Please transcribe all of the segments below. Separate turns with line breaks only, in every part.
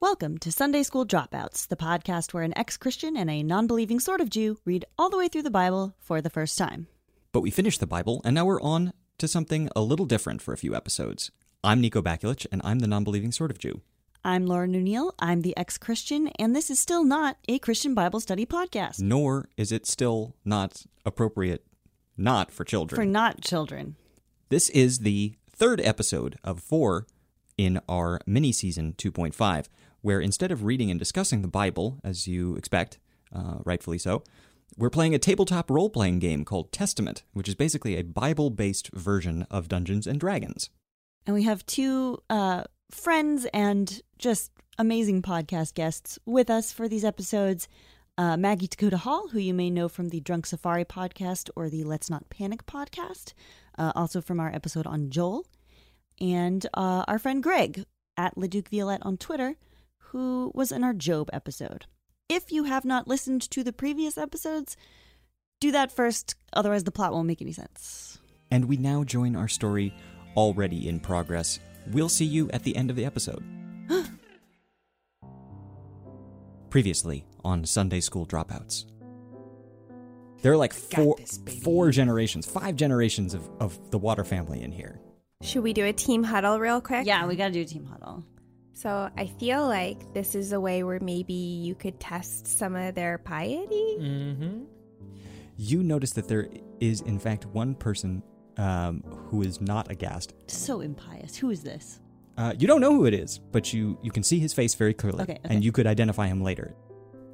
Welcome to Sunday School Dropouts, the podcast where an ex Christian and a non believing sort of Jew read all the way through the Bible for the first time.
But we finished the Bible, and now we're on to something a little different for a few episodes. I'm Nico Bakulich, and I'm the non believing sort of Jew.
I'm Laura Nunil, I'm the ex Christian, and this is still not a Christian Bible study podcast
Nor is it still not appropriate, not for children.
for not children.
This is the third episode of four in our mini season 2.5, where instead of reading and discussing the Bible, as you expect, uh, rightfully so, we're playing a tabletop role playing game called Testament, which is basically a Bible based version of Dungeons and Dragons.
And we have two uh, friends and just amazing podcast guests with us for these episodes. Uh, Maggie Takuta Hall, who you may know from the Drunk Safari podcast or the Let's Not Panic podcast, uh, also from our episode on Joel, and uh, our friend Greg at Leduc Violette on Twitter, who was in our Job episode. If you have not listened to the previous episodes, do that first, otherwise the plot won't make any sense.
And we now join our story already in progress. We'll see you at the end of the episode. Previously on Sunday School Dropouts. There are like four
this, baby.
four generations, five generations of, of the Water family in here.
Should we do a team huddle real quick?
Yeah, we got to do a team huddle.
So I feel like this is a way where maybe you could test some of their piety.
You notice that there is in fact one person um, who is not aghast.
So impious. Who is this?
Uh, you don't know who it is, but you you can see his face very clearly,
Okay, okay.
and you could identify him later.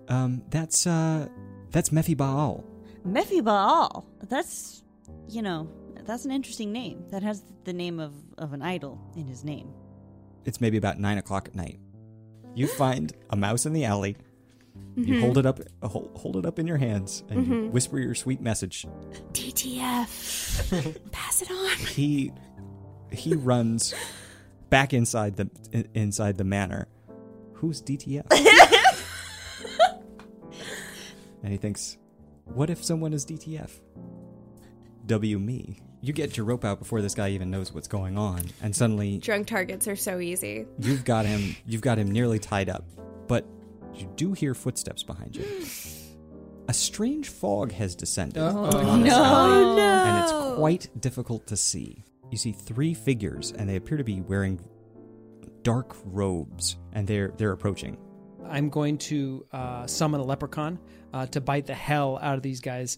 Um, that's uh, that's Mephi Baal.
Mephi Baal. That's, you know, that's an interesting name. That has the name of, of an idol in his name.
It's maybe about nine o'clock at night. You find a mouse in the alley. You hold it up, uh, hol- hold it up in your hands, and you whisper your sweet message.
DTF. Pass it on.
He he runs back inside the in- inside the manor. Who's DTF? and he thinks, "What if someone is DTF? W me." You get your rope out before this guy even knows what's going on, and suddenly
Drunk targets are so easy.
You've got him. You've got him nearly tied up, but you do hear footsteps behind you. A strange fog has descended, on this alley,
Oh, no.
and it's quite difficult to see. You see three figures, and they appear to be wearing dark robes, and they're they're approaching.
I'm going to uh, summon a leprechaun uh, to bite the hell out of these guys.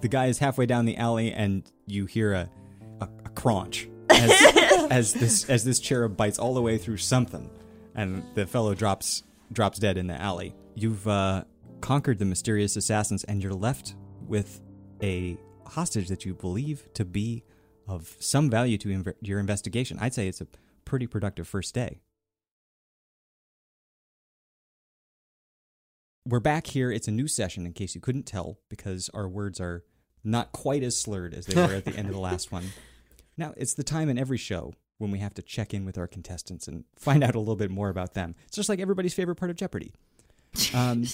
The guy is halfway down the alley, and you hear a a, a crunch as, as this as this cherub bites all the way through something, and the fellow drops drops dead in the alley. You've uh, conquered the mysterious assassins, and you're left with a hostage that you believe to be of some value to inv- your investigation. I'd say it's a pretty productive first day. We're back here. It's a new session, in case you couldn't tell, because our words are not quite as slurred as they were at the end of the last one. Now, it's the time in every show when we have to check in with our contestants and find out a little bit more about them. It's just like everybody's favorite part of Jeopardy. Um,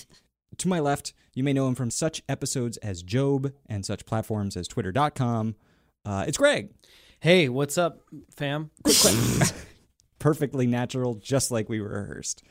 to my left, you may know him from such episodes as Job and such platforms as Twitter.com. Uh, it's Greg.
Hey, what's up, fam?
Perfectly natural, just like we rehearsed.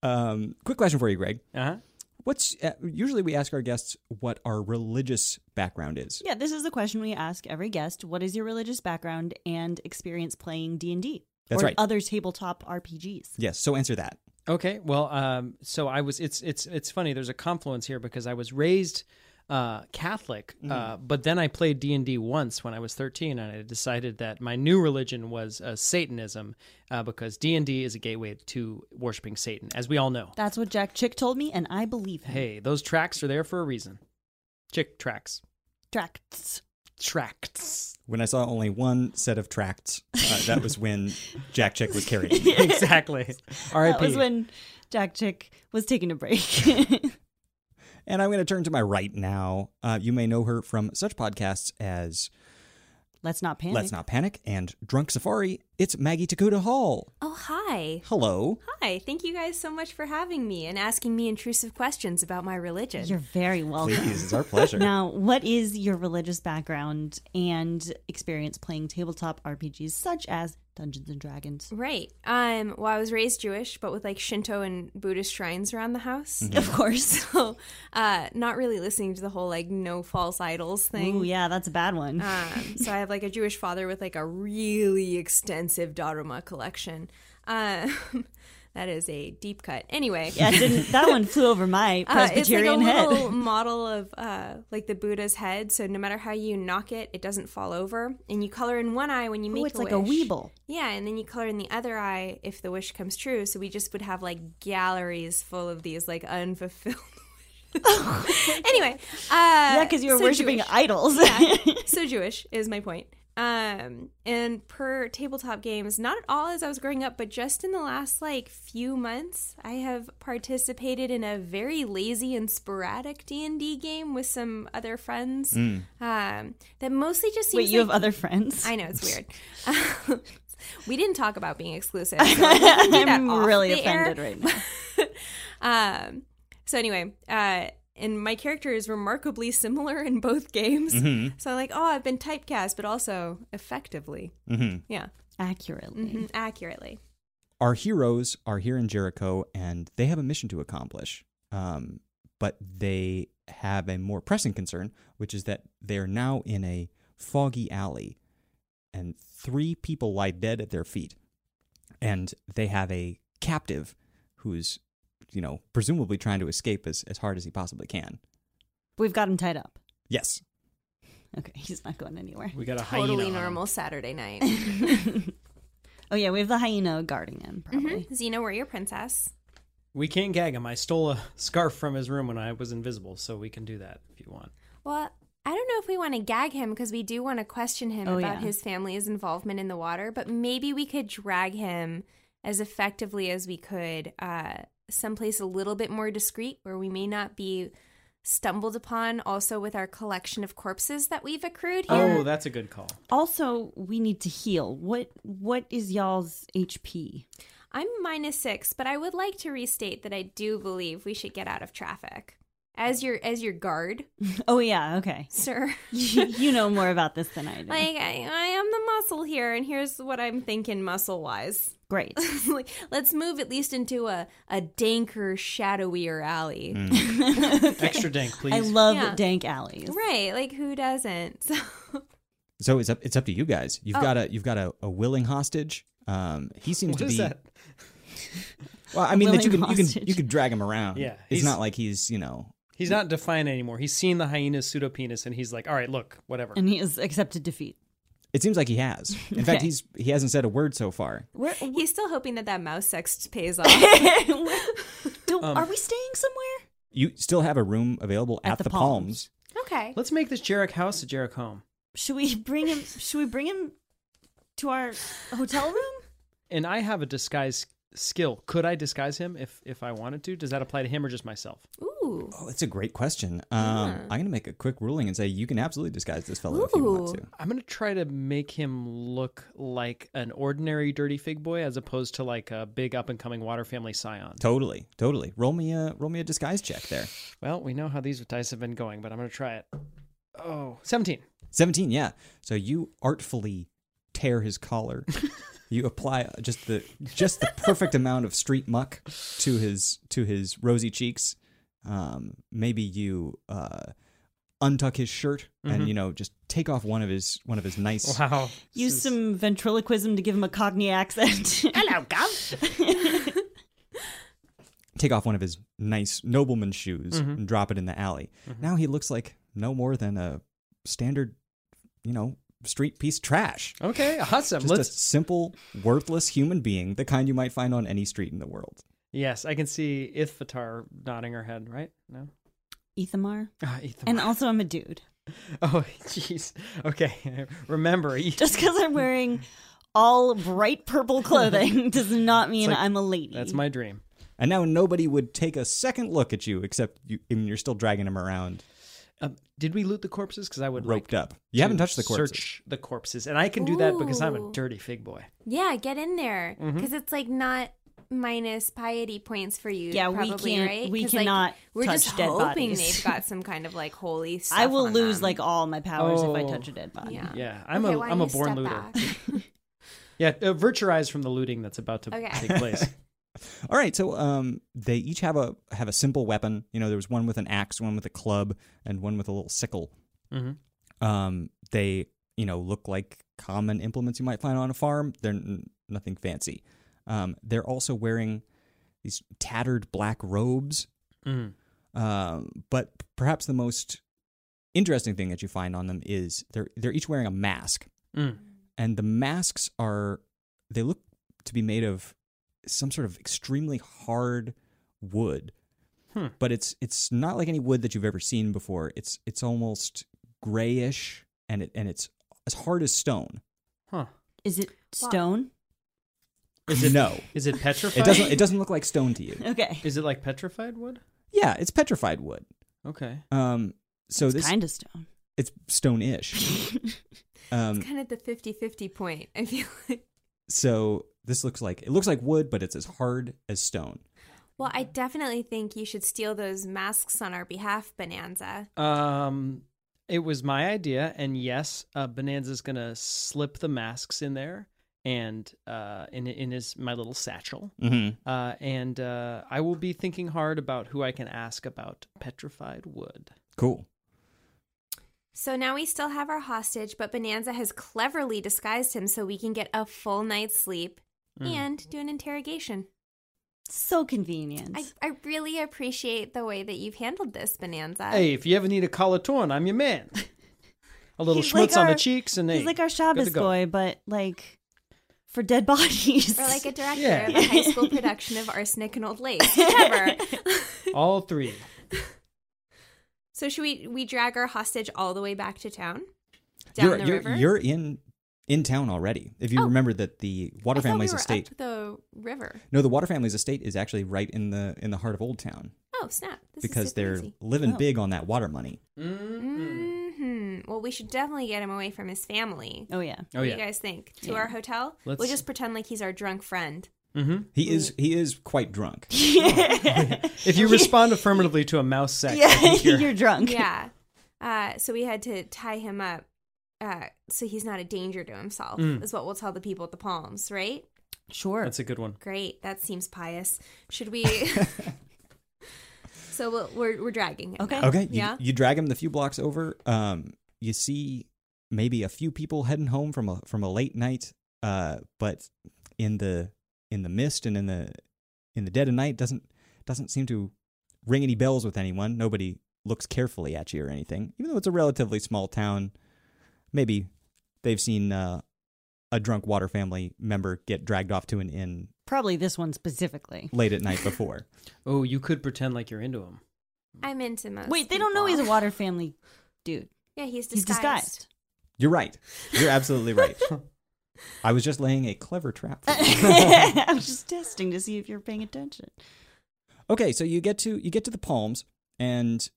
Um, quick question for you, Greg.
Uh-huh.
What's uh, usually we ask our guests what our religious background is.
Yeah, this is the question we ask every guest. What is your religious background and experience playing D&D?
That's
or
right.
other tabletop RPGs.
Yes, so answer that.
Okay. Well, um, so I was. It's it's it's funny. There's a confluence here because I was raised uh, Catholic, uh,
Mm.
but then I played D and D once when I was 13, and I decided that my new religion was uh, Satanism uh, because D and D is a gateway to worshiping Satan, as we all know.
That's what Jack Chick told me, and I believe him.
Hey, those tracks are there for a reason. Chick tracks.
Tracts.
Tracts.
When I saw only one set of tracts, uh, that was when Jack Chick was carrying. me.
exactly.
That
R.I.P.
was when Jack Chick was taking a break.
And I'm going to turn to my right now. Uh, you may know her from such podcasts as
Let's not panic.
Let's Not Panic and Drunk Safari. It's Maggie Takuta Hall.
Oh, hi.
Hello.
Hi. Thank you guys so much for having me and asking me intrusive questions about my religion.
You're very welcome.
Please, it's our pleasure.
Now, what is your religious background and experience playing tabletop RPGs such as Dungeons and Dragons.
Right. Um, well, I was raised Jewish, but with like Shinto and Buddhist shrines around the house.
Of course.
So, uh, not really listening to the whole like no false idols thing.
Ooh, yeah, that's a bad one.
Um, so I have like a Jewish father with like a really extensive Daruma collection. Um, that is a deep cut. Anyway,
yeah, it didn't, that one flew over my
uh, it's like a
Presbyterian head.
little model of uh, like the Buddha's head. So no matter how you knock it, it doesn't fall over. And you color in one eye when you make
Ooh, it's
a
like a
wish.
weeble.
Yeah, and then you color in the other eye if the wish comes true. So we just would have like galleries full of these like unfulfilled. wishes. anyway,
Oh,
uh,
Yeah, because you were
so
worshiping
Jewish
idols.
yeah. so Jewish is my point. Um, and per tabletop games, not at all as I was growing up, but just in the last like few months, I have participated in a very lazy and sporadic D and D game with some other friends. Um, that mostly just seems
Hmm. Wait, you
like
have other friends?
I know it's weird. we didn't talk about being exclusive. So we can do that
am
off
really
the air.
offended right now.
Um, so anyway, uh, and my character is remarkably similar in both games. So I'm like, oh, I've been typecast, but also effectively,
Mhm.
yeah,
Accurately.
Mhm. accurately.
Our heroes are here in Jericho, and they have a mission to accomplish. Um, but they have a more pressing concern, which is that they are now in a foggy alley, and three people lie dead at their feet, and they have a captive who's, you know, presumably trying to escape as, as hard as he possibly can.
We've got him tied up.
Yes.
Okay, he's not going anywhere.
We got a hyena.
Totally
on him.
normal Saturday night.
Oh yeah, we have the hyena guarding him. Probably.
Mhm. Xena, we're your princess.
We can't gag him. I stole a scarf from his room when I was invisible, so we can do that if you want.
Well, I don't know if we want to gag him because we do want to question him
Oh, yeah.
about his family's involvement in the water, but maybe we could drag him as effectively as we could uh, someplace a little bit more discreet where we may not be stumbled upon also with our collection of corpses that we've accrued here.
Oh, that's a good call.
Also, we need to heal. What what is y'all's HP?
I'm minus six, but I would like to restate that I do believe we should get out of traffic. As your as your guard,
Oh yeah, okay.
sir.
you you know more about this than I do.
Like I, I am the muscle here, and here's what I'm thinking muscle wise.
Great.
like let's move at least into a a danker shadowier alley
Mm. Extra dank, please.
I love
Yeah.
dank alleys.
right like who doesn't so
So it's up it's up to you guys. You've
Oh.
got a you've got a, a willing hostage. Um, he seems
what
to
is
be
that?
well. I mean, that you can
willing
you can you
hostage.
can drag him around.
Yeah,
it's
he's-
not like he's you know
He's not defiant anymore. He's seen the hyena's pseudo penis, and he's like, "All right, look, whatever."
And he has accepted defeat.
It seems like he has. In fact,
Okay.
he's he hasn't said a word so far.
Where,
he's still hoping that that mouse sex pays off
do, are we staying somewhere?
You still have a room available at, the, Palms.
okay
Let's make this Jarek house a Jarek home.
Should we bring him? Should we bring him to our hotel room?
And I have a disguise skill. Could I disguise him if if I wanted to? Does that apply to him or just myself?
ooh
Oh, that's a great question. Um, I'm going to make a quick ruling and say you can absolutely disguise this fellow if you want
Ooh.
to.
I'm gonna try to make him look like an ordinary dirty fig boy, as opposed to like a big up and coming water family scion.
Totally, totally. Roll me a roll me a disguise check there.
Well, we know how these dice have been going, but I'm gonna try it. Oh, 17.
17, yeah. So you artfully tear his collar. you apply just the just the perfect amount of street muck to his to his rosy cheeks. Um, maybe you uh, untuck his shirt and you know just take off one of his one of his nice
Wow.
Use some ventriloquism to give him a Cockney accent.
Oh,
Hello, Gov.
take off one of his nice nobleman shoes and drop it in the alley. Now he looks like no more than a standard, you know, street piece trash.
Okay, awesome.
Just
Let's
a simple, worthless human being, the kind you might find on any street in the world.
Yes, I can see Ithvatar nodding her head, right? No?
Ethamar.
Ah, Ithamar.
And also, I'm a dude.
oh, jeez. Okay. Remember, E-
Just because I'm wearing all bright purple clothing does not mean
like-
I'm a lady.
that's my dream.
And now nobody would take a second look at you, except you, I mean, you're still dragging him around,
Um, did we loot the corpses? Because I would
roped
like
up. You haven't
to
touched the corpses.
Search the corpses, and I can do that because I'm a
Ooh.
dirty fig boy.
yeah get in there
Mm-hmm.
because it's like not minus piety points for you
Yeah, we
probably,
can't-
right?
we
'Cause, like,
cannot
we're
touch
just
dead
hoping
bodies.
they've got some kind of like holy stuff
I will
on
lose
them.
like all my powers if I
Oh.
touch a dead body.
yeah
Yeah, I'm
Okay,
a
why
I'm
don't
a
you
born
step
looter.
back?
Yeah, uh, virtualized from the looting that's about to
Okay.
take place.
All right, so um, they each have a have a simple weapon. You know, there was one with an axe, one with a club, and one with a little sickle.
Mhm.
Um, they you know look like common implements you might find on a farm. They're n- nothing fancy. Um, they're also wearing these tattered black robes.
Mhm.
Um, but perhaps the most interesting thing that you find on them is they're they're each wearing a mask
Mm.
and the masks are they look to be made of some sort of extremely hard wood
Hmm.
but it's it's not like any wood that you've ever seen before it's it's almost grayish and it and it's as hard as stone
Huh.
Is it
Wow.
stone?
no
Is it petrified?
it doesn't it doesn't look like stone to you
Okay.
Is it like petrified wood?
yeah it's petrified wood
Okay.
um so
it's
this
kind of stone.
it's stone-ish um
It's kind of the 50-50 point. I feel like.
so this looks like it looks like wood but it's as hard as stone
Well, I definitely think you should steal those masks on our behalf, Bonanza.
Um, it was my idea, and yes, uh, Bonanza's gonna slip the masks in there and uh, in in his my little satchel.
mm-hmm.
Uh, and uh, I will be thinking hard about who I can ask about petrified wood.
cool
So now we still have our hostage, but Bonanza has cleverly disguised him so we can get a full night's sleep
Mm.
and do an interrogation.
So convenient.
I, I really appreciate the way that you've handled this, Bonanza.
Hey, if you ever need a colatorn, I'm your man. A little
He's
schmutz
like
on
our-
the cheeks, and
He's
hey,
like our
good to
Shabbos
go.
boy, but like for dead bodies.
Or like a director
Yeah.
of a high school production of Arsenic and Old Lace, whatever.
All three.
so should we we drag our hostage all the way back to town? Down
you're,
the
you're,
river?
You're in in town already. If you
Oh.
remember that the Water
I thought we
Family's
were
estate,
up the river.
no, the Water Family's estate is actually right in the in the heart of Old Town
Oh snap! This
because
is Oh.
they're living big on that water money.
hmm Well, we should definitely get him away from his family.
oh yeah.
Oh
what do
yeah.
you guys think? To
Yeah.
our hotel?
Let's-
We'll just pretend like he's our drunk friend.
Mm-hmm.
He is he is quite drunk.
If you respond affirmatively to a mouse sack, I
yeah,
think you're-
you're drunk.
yeah. Uh, so we had to tie him up uh, so he's not a danger to himself,
Mm.
is what we'll tell the people at the Palms, right?
Sure.
that's a good one.
Great. That seems pious. Should we? so we'll, we're we're dragging him.
Okay.
now.
Okay, you,
Yeah.
you drag him the few blocks over. Um, you see maybe a few people heading home from a from a late night. Uh, but in the in the mist and in the in the dead of night doesn't doesn't seem to ring any bells with anyone. Nobody looks carefully at you or anything. Even though it's a relatively small town, maybe they've seen uh, a drunk water family member get dragged off to an inn
Probably this one specifically.
late at night before.
Oh, you could pretend like you're into him.
I'm into most.
Wait, they don't know he's
people.
a water family dude.
Yeah, he's
He's
disguised.
disguised.
You're right. You're absolutely right. I was just laying a clever trap. For you.
I was just testing to see if you're paying attention.
Okay, so you get to you get to the palms and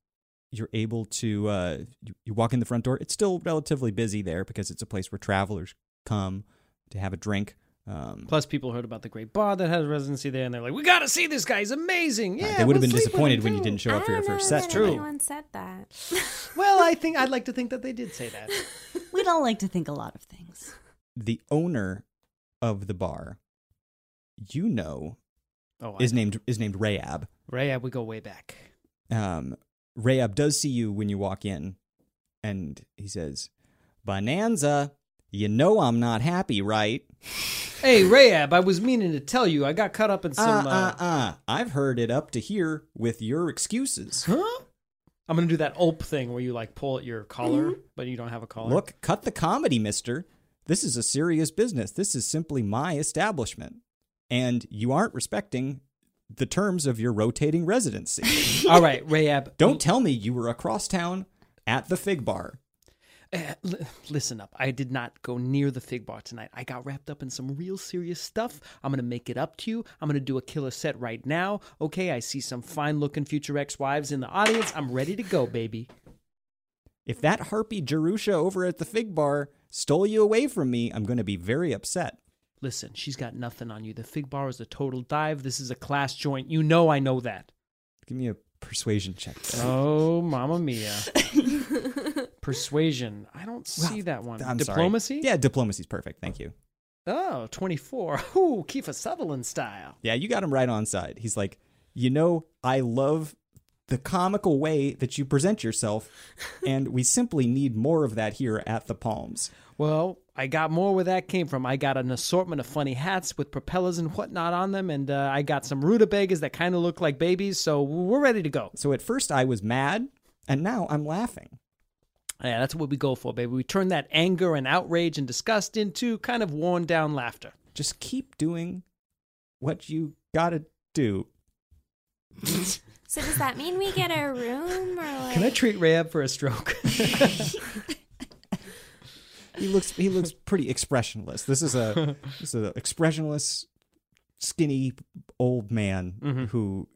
you're able to uh you, you walk in the front door. It's still relatively busy there because it's a place where travelers come to have a drink. Um
Plus, people heard about the great bar that has residency there, and they're like, "We gotta see this guy. He's amazing."
right,
Yeah,
Ah, they would have been
we'll sleep with
disappointed
him,
when you
too."
didn't show
I
up for your
don't know
first
that
set.
True.
Anyone said that?
Well, I think I'd like to think that they did say that.
We'd all like to think a lot of things.
The owner of the bar, you know,
Oh, I
is named is named Rayab.
Ray, we go way back.
Um Rayab does see you when you walk in and he says, "Bonanza, you know I'm not happy, right?"
Hey, Rayab, I was meaning to tell you, I got caught up in some. Uh,
uh, uh, uh. I've heard it up to here with your excuses.
huh? I'm gonna do that Ulp thing where you like pull at your collar, but you don't have a collar.
Mm-hmm. Look, cut the comedy, mister. This is a serious business. This is simply my establishment. And you aren't respecting the terms of your rotating residency.
all right, Rayab,
Don't tell me you were across town at the fig bar.
Uh, l- listen up. I did not go near the fig bar tonight. I got wrapped up in some real serious stuff. I'm going to make it up to you. I'm going to do a killer set right now. Okay, I see some fine looking future ex wives in the audience. I'm ready to go, baby.
If that harpy Jerusha over at the fig bar stole you away from me, I'm going to be very upset.
Listen, she's got nothing on you. The fig bar is a total dive. This is a class joint. You know I know that.
Give me a persuasion check.
Oh, mamma mia. Persuasion. I don't see that one.
I'm sorry.
Diplomacy?
Yeah, diplomacy's perfect. Thank you.
Oh, 24. Ooh, Kiefer Sutherland style.
Yeah, you got him right on side. He's like, you know, I love the comical way that you present yourself, and we simply need more of that here at the Palms.
Well, I got more where that came from. I got an assortment of funny hats with propellers and whatnot on them, and uh, I got some rutabagas that kind of look like babies, so we're ready to go.
So at first I was mad, and now I'm laughing.
Yeah, that's what we go for, baby. We turn that anger and outrage and disgust into kind of worn down laughter.
Just keep doing what you gotta do.
So does that mean we get a room or like?
Can I treat Rayab for a stroke?
He looks he looks pretty expressionless. This is a this is an expressionless, skinny old man who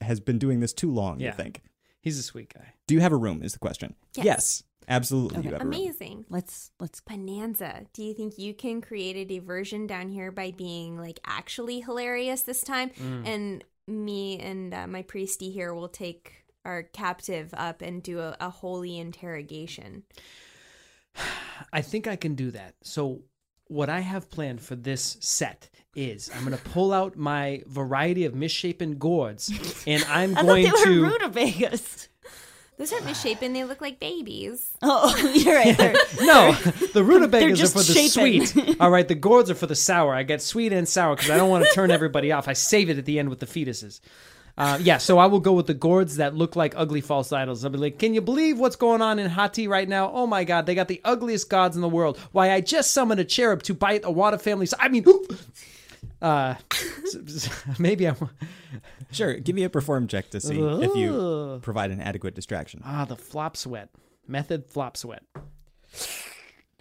has been doing this too long. You
Yeah.
think?
He's a sweet guy.
Do you have a room? Is the question?
Yes.
absolutely. You have a room.
Amazing.
Let's let's
Bonanza. Do you think you can create a diversion down here by being like actually hilarious this time? And me and uh, my priesty here will take our captive up and do a, a holy interrogation.
I think I can do that. So, what I have planned for this set is I'm going to pull out my variety of misshapen gourds, and I'm
I
going
thought they
to.
were rutabagas.
Those aren't misshapen. They look like babies.
Oh, you're right. They're,
No, the rutabagas are
just
for the
shapen.
sweet. All right, the gourds are for the sour. I get sweet and sour because I don't want to turn everybody off. I save it at the end with the fetuses. Uh, yeah, so I will go with the gourds that look like ugly false idols. I'll be like, can you believe what's going on in Hati right now? Oh my god, they got the ugliest gods in the world. Why, I just summoned a cherub to bite a water family. So, I mean, uh, s- s- maybe I'm.
Sure, give me a perform check to see if you provide an adequate distraction.
Ah, the flop sweat. Method flop sweat.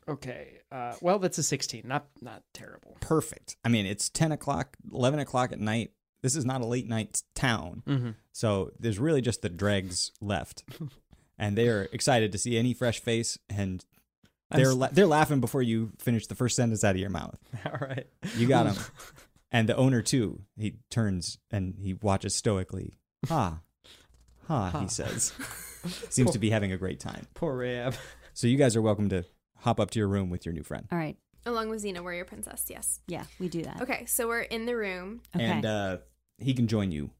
Okay. Uh, well, that's a 16. Not not terrible.
Perfect. I mean, it's ten o'clock, eleven o'clock at night. This is not a late night town, so there's really just the dregs left, and they are excited to see any fresh face, and they're la- they're laughing before you finish the first sentence out of your mouth.
All right.
You got him. and the owner too. He turns and he watches stoically. Ha. Ha, he says. Seems to be having a great time.
Poor Rab.
So you guys are welcome to hop up to your room with your new friend.
all right.
Along with Xena, warrior princess. Yes.
Yeah, we do that.
Okay, so we're in the room.
Okay.
And uh, he can join you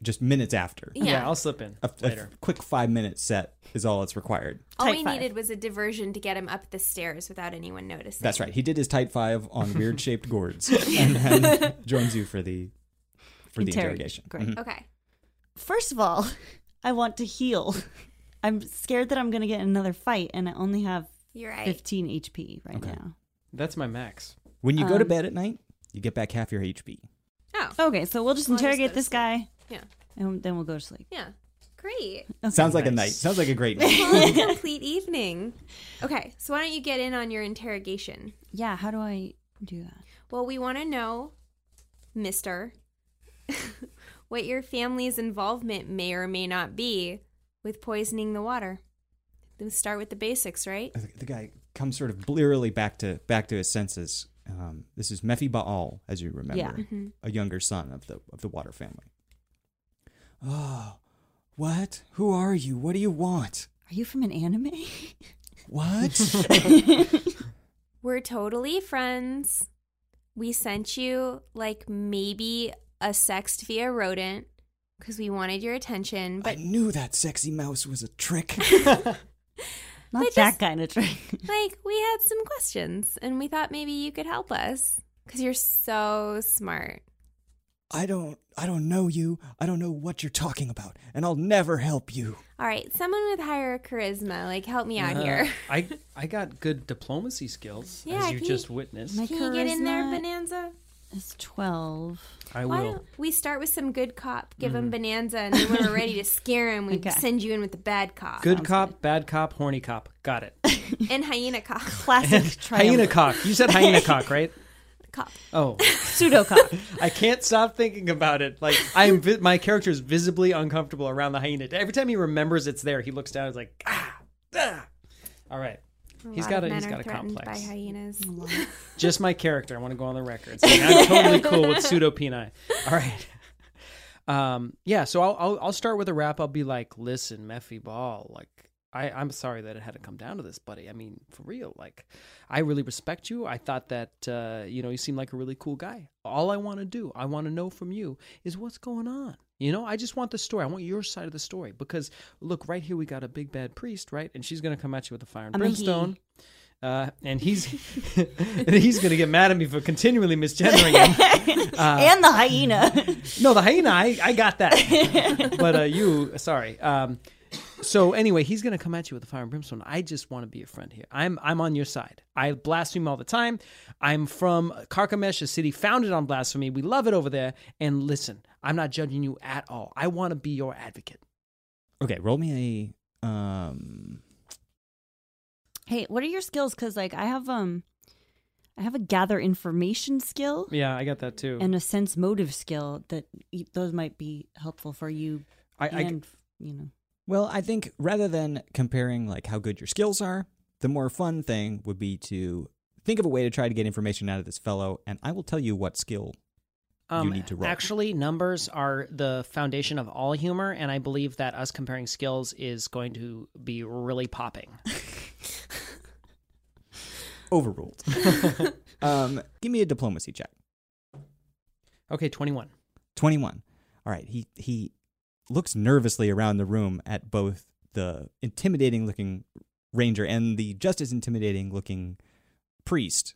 just minutes after.
Yeah.
I'll slip in
A, a
later.
quick five minute set is all that's required.
All
Type
we
five.
needed was a diversion to get him up the stairs without anyone noticing.
That's right. He did his type five on weird shaped gourds and then joins you for the for the
Interrog-
interrogation.
Mm-hmm.
Great.
Mhm.
Okay.
First of all, I want to heal. I'm scared that I'm going to get in another fight, and I only have
You're right.
15 HP right now.
That's my max.
When you go to
Um,
bed at night, you get back half your HP.
Oh,
Okay, so we'll just
Well, I just
interrogate
gotta
this
sleep.
guy,
yeah.
and then we'll go to sleep.
Yeah. Great.
Sounds like a
Nice.
night. Sounds like a great night.
Well, it's a complete evening. Okay, so why don't you get in on your interrogation?
Yeah, how do I do that?
Well, we want to know, mister, what your family's involvement may or may not be with poisoning the water. Let's start with the basics, right?
I think the guy comes sort of blearily back to back to his senses. Um, this is Mephi Baal, as you remember,
Yeah.
a younger son of the of the Water family. Oh, what? Who are you? What do you want?
Are you from an anime?
What?
We're totally friends. We sent you, like, maybe a sext via rodent because we wanted your attention,
I
but.
knew that sexy mouse was a trick.
Not
just-
that kind of trick.
like we had some questions and we thought maybe you could help us because you're so smart
I don't I don't know you. I don't know what you're talking about, and I'll never help you.
all right someone with higher charisma like help me out
Uh,
here
I I got good diplomacy skills,
Yeah,
as you
can
just
you-
witnessed.
My
can you get in there
charisma
bonanza
is 12.
I
why
will. Mm-hmm.
don't we start with some good cop give him bonanza and then when we're ready to scare him we
Okay.
send you in with the bad cop
Good cop, bad cop, horny cop. Got it.
and hyena cop
Classic
hyena
triumph.
cock. You said hyena cock, right?
cop
Oh,
Pseudocock.
I can't stop thinking about it. Like I'm, vi- my character is visibly uncomfortable around the hyena. Every time he remembers it's there, he looks down. He's like, ah, ah. All right. He's
lot
got
of
a he's
men are
got a
threatened
complex. Mm-hmm.
by hyenas
just my character. I want to go on the record. saying I'm totally cool with pseudo peni. All right. Um, yeah. So I'll, I'll I'll start with a rap. I'll be like, listen, Mephi Ball, like I, I'm sorry that it had to come down to this, buddy. I mean, for real, like, I really respect you. I thought that, uh, you know, you seem like a really cool guy. All I want to do, I want to know from you is what's going on. You know, I just want the story. I want your side of the story because, look, right here we got a big bad priest, right? And she's going to come at you with a fire and
I'm a he.
brimstone. Uh, and he's and he's gonna get mad at me for continually misgendering him.
and the hyena.
No, the hyena, I, I got that. but uh, you, sorry. Um, so anyway, he's gonna come at you with a fire and brimstone. I just want to be a friend here. I'm I'm on your side. I blaspheme all the time. I'm from Carchemish, a city founded on blasphemy. We love it over there. And listen, I'm not judging you at all. I want to be your advocate.
Okay, roll me a um
hey, what are your skills? Because like I have um, I have a gather information skill
Yeah, I got that too.
and a sense motive skill that y- those might be helpful for you.
I,
and you know,
Well, I think rather than comparing like how good your skills are, the more fun thing would be to think of a way to try to get information out of this fellow, and I will tell you what skill.
Um,
you need to roll.
Actually, numbers are the foundation of all humor, and I believe that us comparing skills is going to be really popping.
Overruled. um, give me a diplomacy check.
okay, twenty one.
Twenty-one. All right. He he looks nervously around the room at both the intimidating-looking ranger and the just as intimidating-looking priest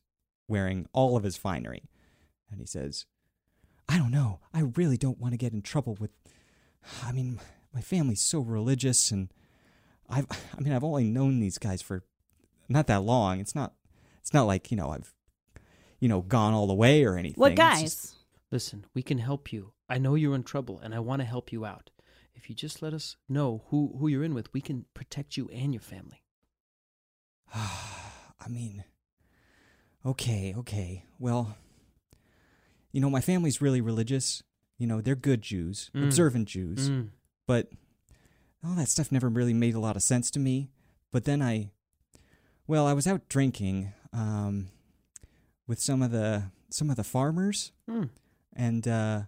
wearing all of his finery, and he says, "I don't know. I really don't want to get in trouble with. I mean, my family's so religious, and I've I mean I've only known these guys for not that long. It's not it's not like you know I've." You know, gone all the way or anything.
what
It's
guys?
just-
Listen, we can help you. I know you're in trouble and I want to help you out. If you just let us know who, who you're in with, we can protect you and your family.
I mean, okay, okay. Well, you know, my family's really religious. You know, they're good Jews,
Mm.
observant Jews, but all that stuff never really made a lot of sense to me. But then I, well, I was out drinking um, with some of the some of the farmers,
Hmm.
and uh,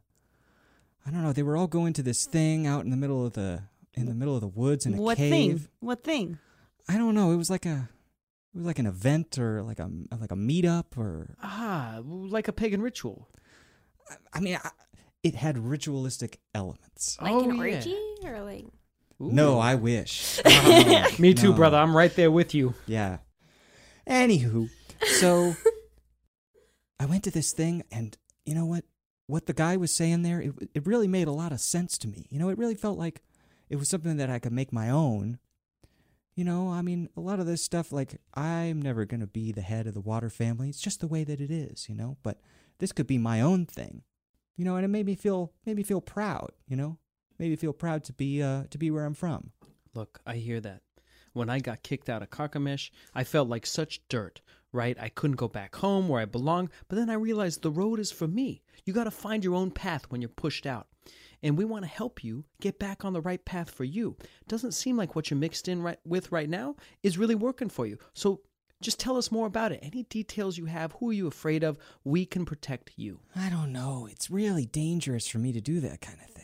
I don't know. They were all going to this thing out in the middle of the in the middle of the woods in a
What
cave.
thing? What thing?
I don't know. It was like a, it was like an event or like a like a meetup or
Ah, like a pagan ritual.
I- I mean, I, it had ritualistic elements.
Like
Oh,
an
yeah.
orgy or like
No,
Ooh.
I wish.
Me too,
No.
brother. I'm right there with you.
Yeah. Anywho, so I went to this thing, and you know what? What the guy was saying there, it it really made a lot of sense to me. You know, it really felt like it was something that I could make my own. You know, I mean, a lot of this stuff, like I'm never gonna be the head of the Water family. It's just the way that it is, you know. But this could be my own thing, you know. And it made me feel, made me feel proud, you know. Made me feel proud to be, uh, to be where I'm from.
Look, I hear that. When I got kicked out of Carchemish, I felt like such dirt, right? I couldn't go back home where I belong, but then I realized the road is for me. You got to find your own path when you're pushed out. And we want to help you get back on the right path for you. Doesn't seem like what you're mixed in right, with right now is really working for you. So just tell us more about it. Any details you have, who are you afraid of? We can protect you.
I don't know. It's really dangerous for me to do that kind of thing.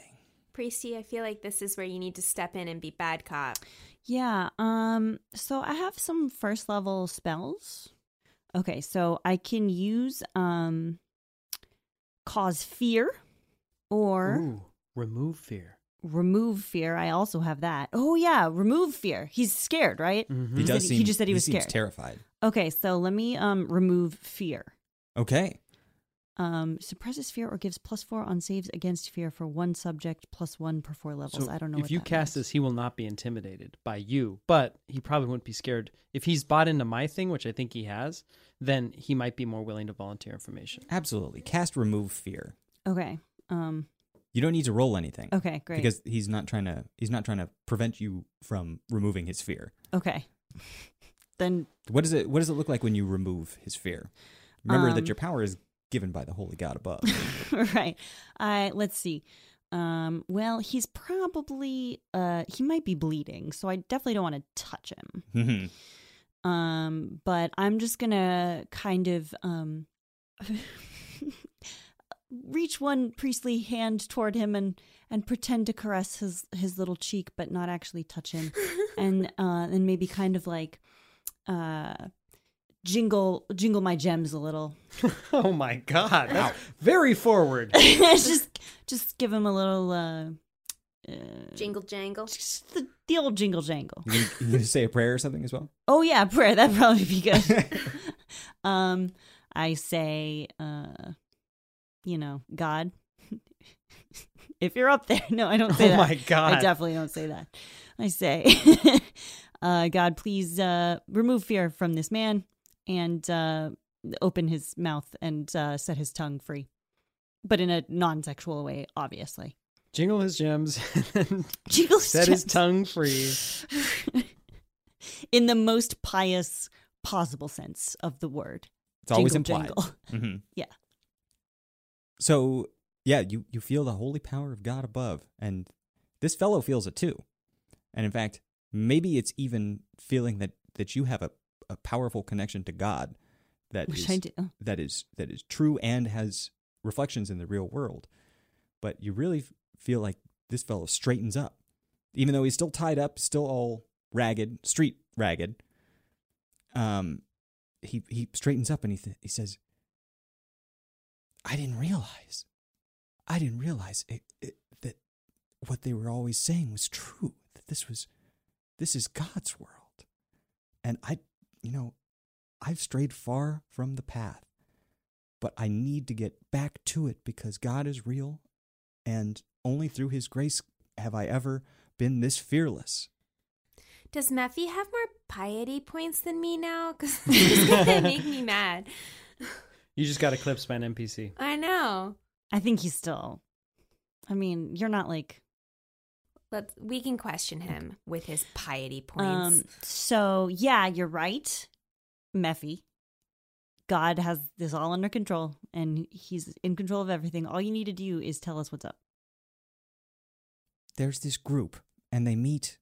Priesty, I feel like this is where you need to step in and be bad cop.
Yeah. Um. So I have some first level spells. Okay. So I can use um, cause fear, or
Ooh, remove fear.
remove fear. I also have that. Oh yeah, remove fear. He's scared, right?
Mm-hmm.
He
He
does
said-
seem.
he just said he was
seems
scared.
terrified.
Okay. So let me um remove fear.
Okay.
Um, suppresses fear or gives plus four on saves against fear for one subject plus one per four levels.
So
I don't know.
If
what
you
that
cast
means.
this, he will not be intimidated by you, but he probably wouldn't be scared. If he's bought into my thing, which I think he has, then he might be more willing to volunteer information.
Absolutely. Cast remove fear.
okay. Um.
You don't need to roll anything.
Okay. Great.
Because he's not trying to. He's not trying to prevent you from removing his fear.
okay. then
What does it? What does it look like when you remove his fear? Remember
Um,
that your power is given by the holy god above.
right. I let's see. Um, well, he's probably uh he might be bleeding, so I definitely don't want to touch him.
Mhm.
Um, but I'm just gonna kind of um reach one priestly hand toward him and and pretend to caress his his little cheek but not actually touch him and uh and maybe kind of like uh jingle jingle my gems a little
Oh my god, that's very forward.
just just give him a little uh
Uh,
Jingle jangle.
just the, the old jingle jangle
You gonna- you gonna say a prayer or something as well?
oh yeah prayer that'd probably be good um i say uh you know god if you're up there no i don't say
Oh
that
my
I
god.
definitely don't say that. I say, uh, God, please uh, remove fear from this man and uh, open his mouth and uh, set his tongue free. But in a non sexual way, obviously.
Jingle his gems and
Jingles
set his tongue free.
in the most pious possible sense of the word.
It's always
Jingle,
implied.
jangle.
Mm-hmm.
Yeah.
So yeah, you you feel the holy power of God above, and this fellow feels it too. And in fact, maybe it's even feeling that that you have a, a powerful connection to God that
Which
is-
I Oh. do.
that is that is true and has reflections in the real world. But you really f- feel like this fellow straightens up, even though he's still tied up, still all ragged, street ragged. Um, he he straightens up and he th- he says, "I didn't realize, I didn't realize it, it, that what they were always saying was true. That this was, this is God's world, and I, you know, I've strayed far from the path, but I need to get back to it because God is real, and only through His grace have I ever been this fearless.
Does Meffy have more piety points than me now? Because it's gonna make me mad.
You just got eclipsed by an NPC.
I know.
I think he's still. I mean, you're not like.
Let's we can question him with his piety points.
Um, so, yeah, you're right, Meffy. God has this all under control and he's in control of everything. All you need to do is tell us what's up.
There's this group, and they meet.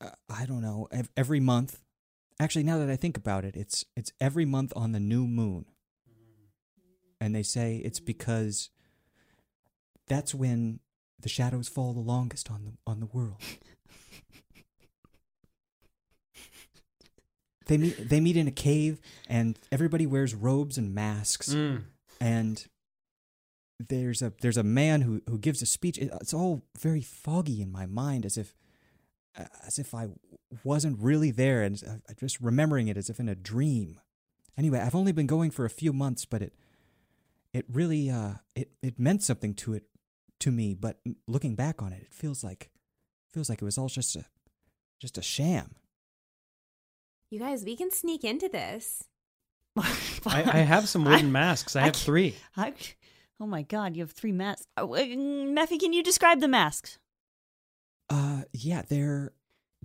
Uh, I don't know ev- every month. Actually, now that I think about it, it's it's every month on the new moon, and they say it's because that's when the shadows fall the longest on the on the world. They meet. They meet in a cave, and everybody wears robes and masks,
Mm.
and there's a there's a man who who gives a speech. It- It's all very foggy in my mind, as if as if I wasn't really there, and I- I'm just remembering it as if in a dream. Anyway, I've only been going for a few months, but it it really uh it it meant something to it to me. But looking back on it, it feels like feels like it was all just a just a sham.
you guys, we can sneak into this.
I, I have some wooden masks. I have
can't-
three.
I, oh my god, you have three masks. Oh, uh, Meffy, can you describe the masks?
Uh, yeah, there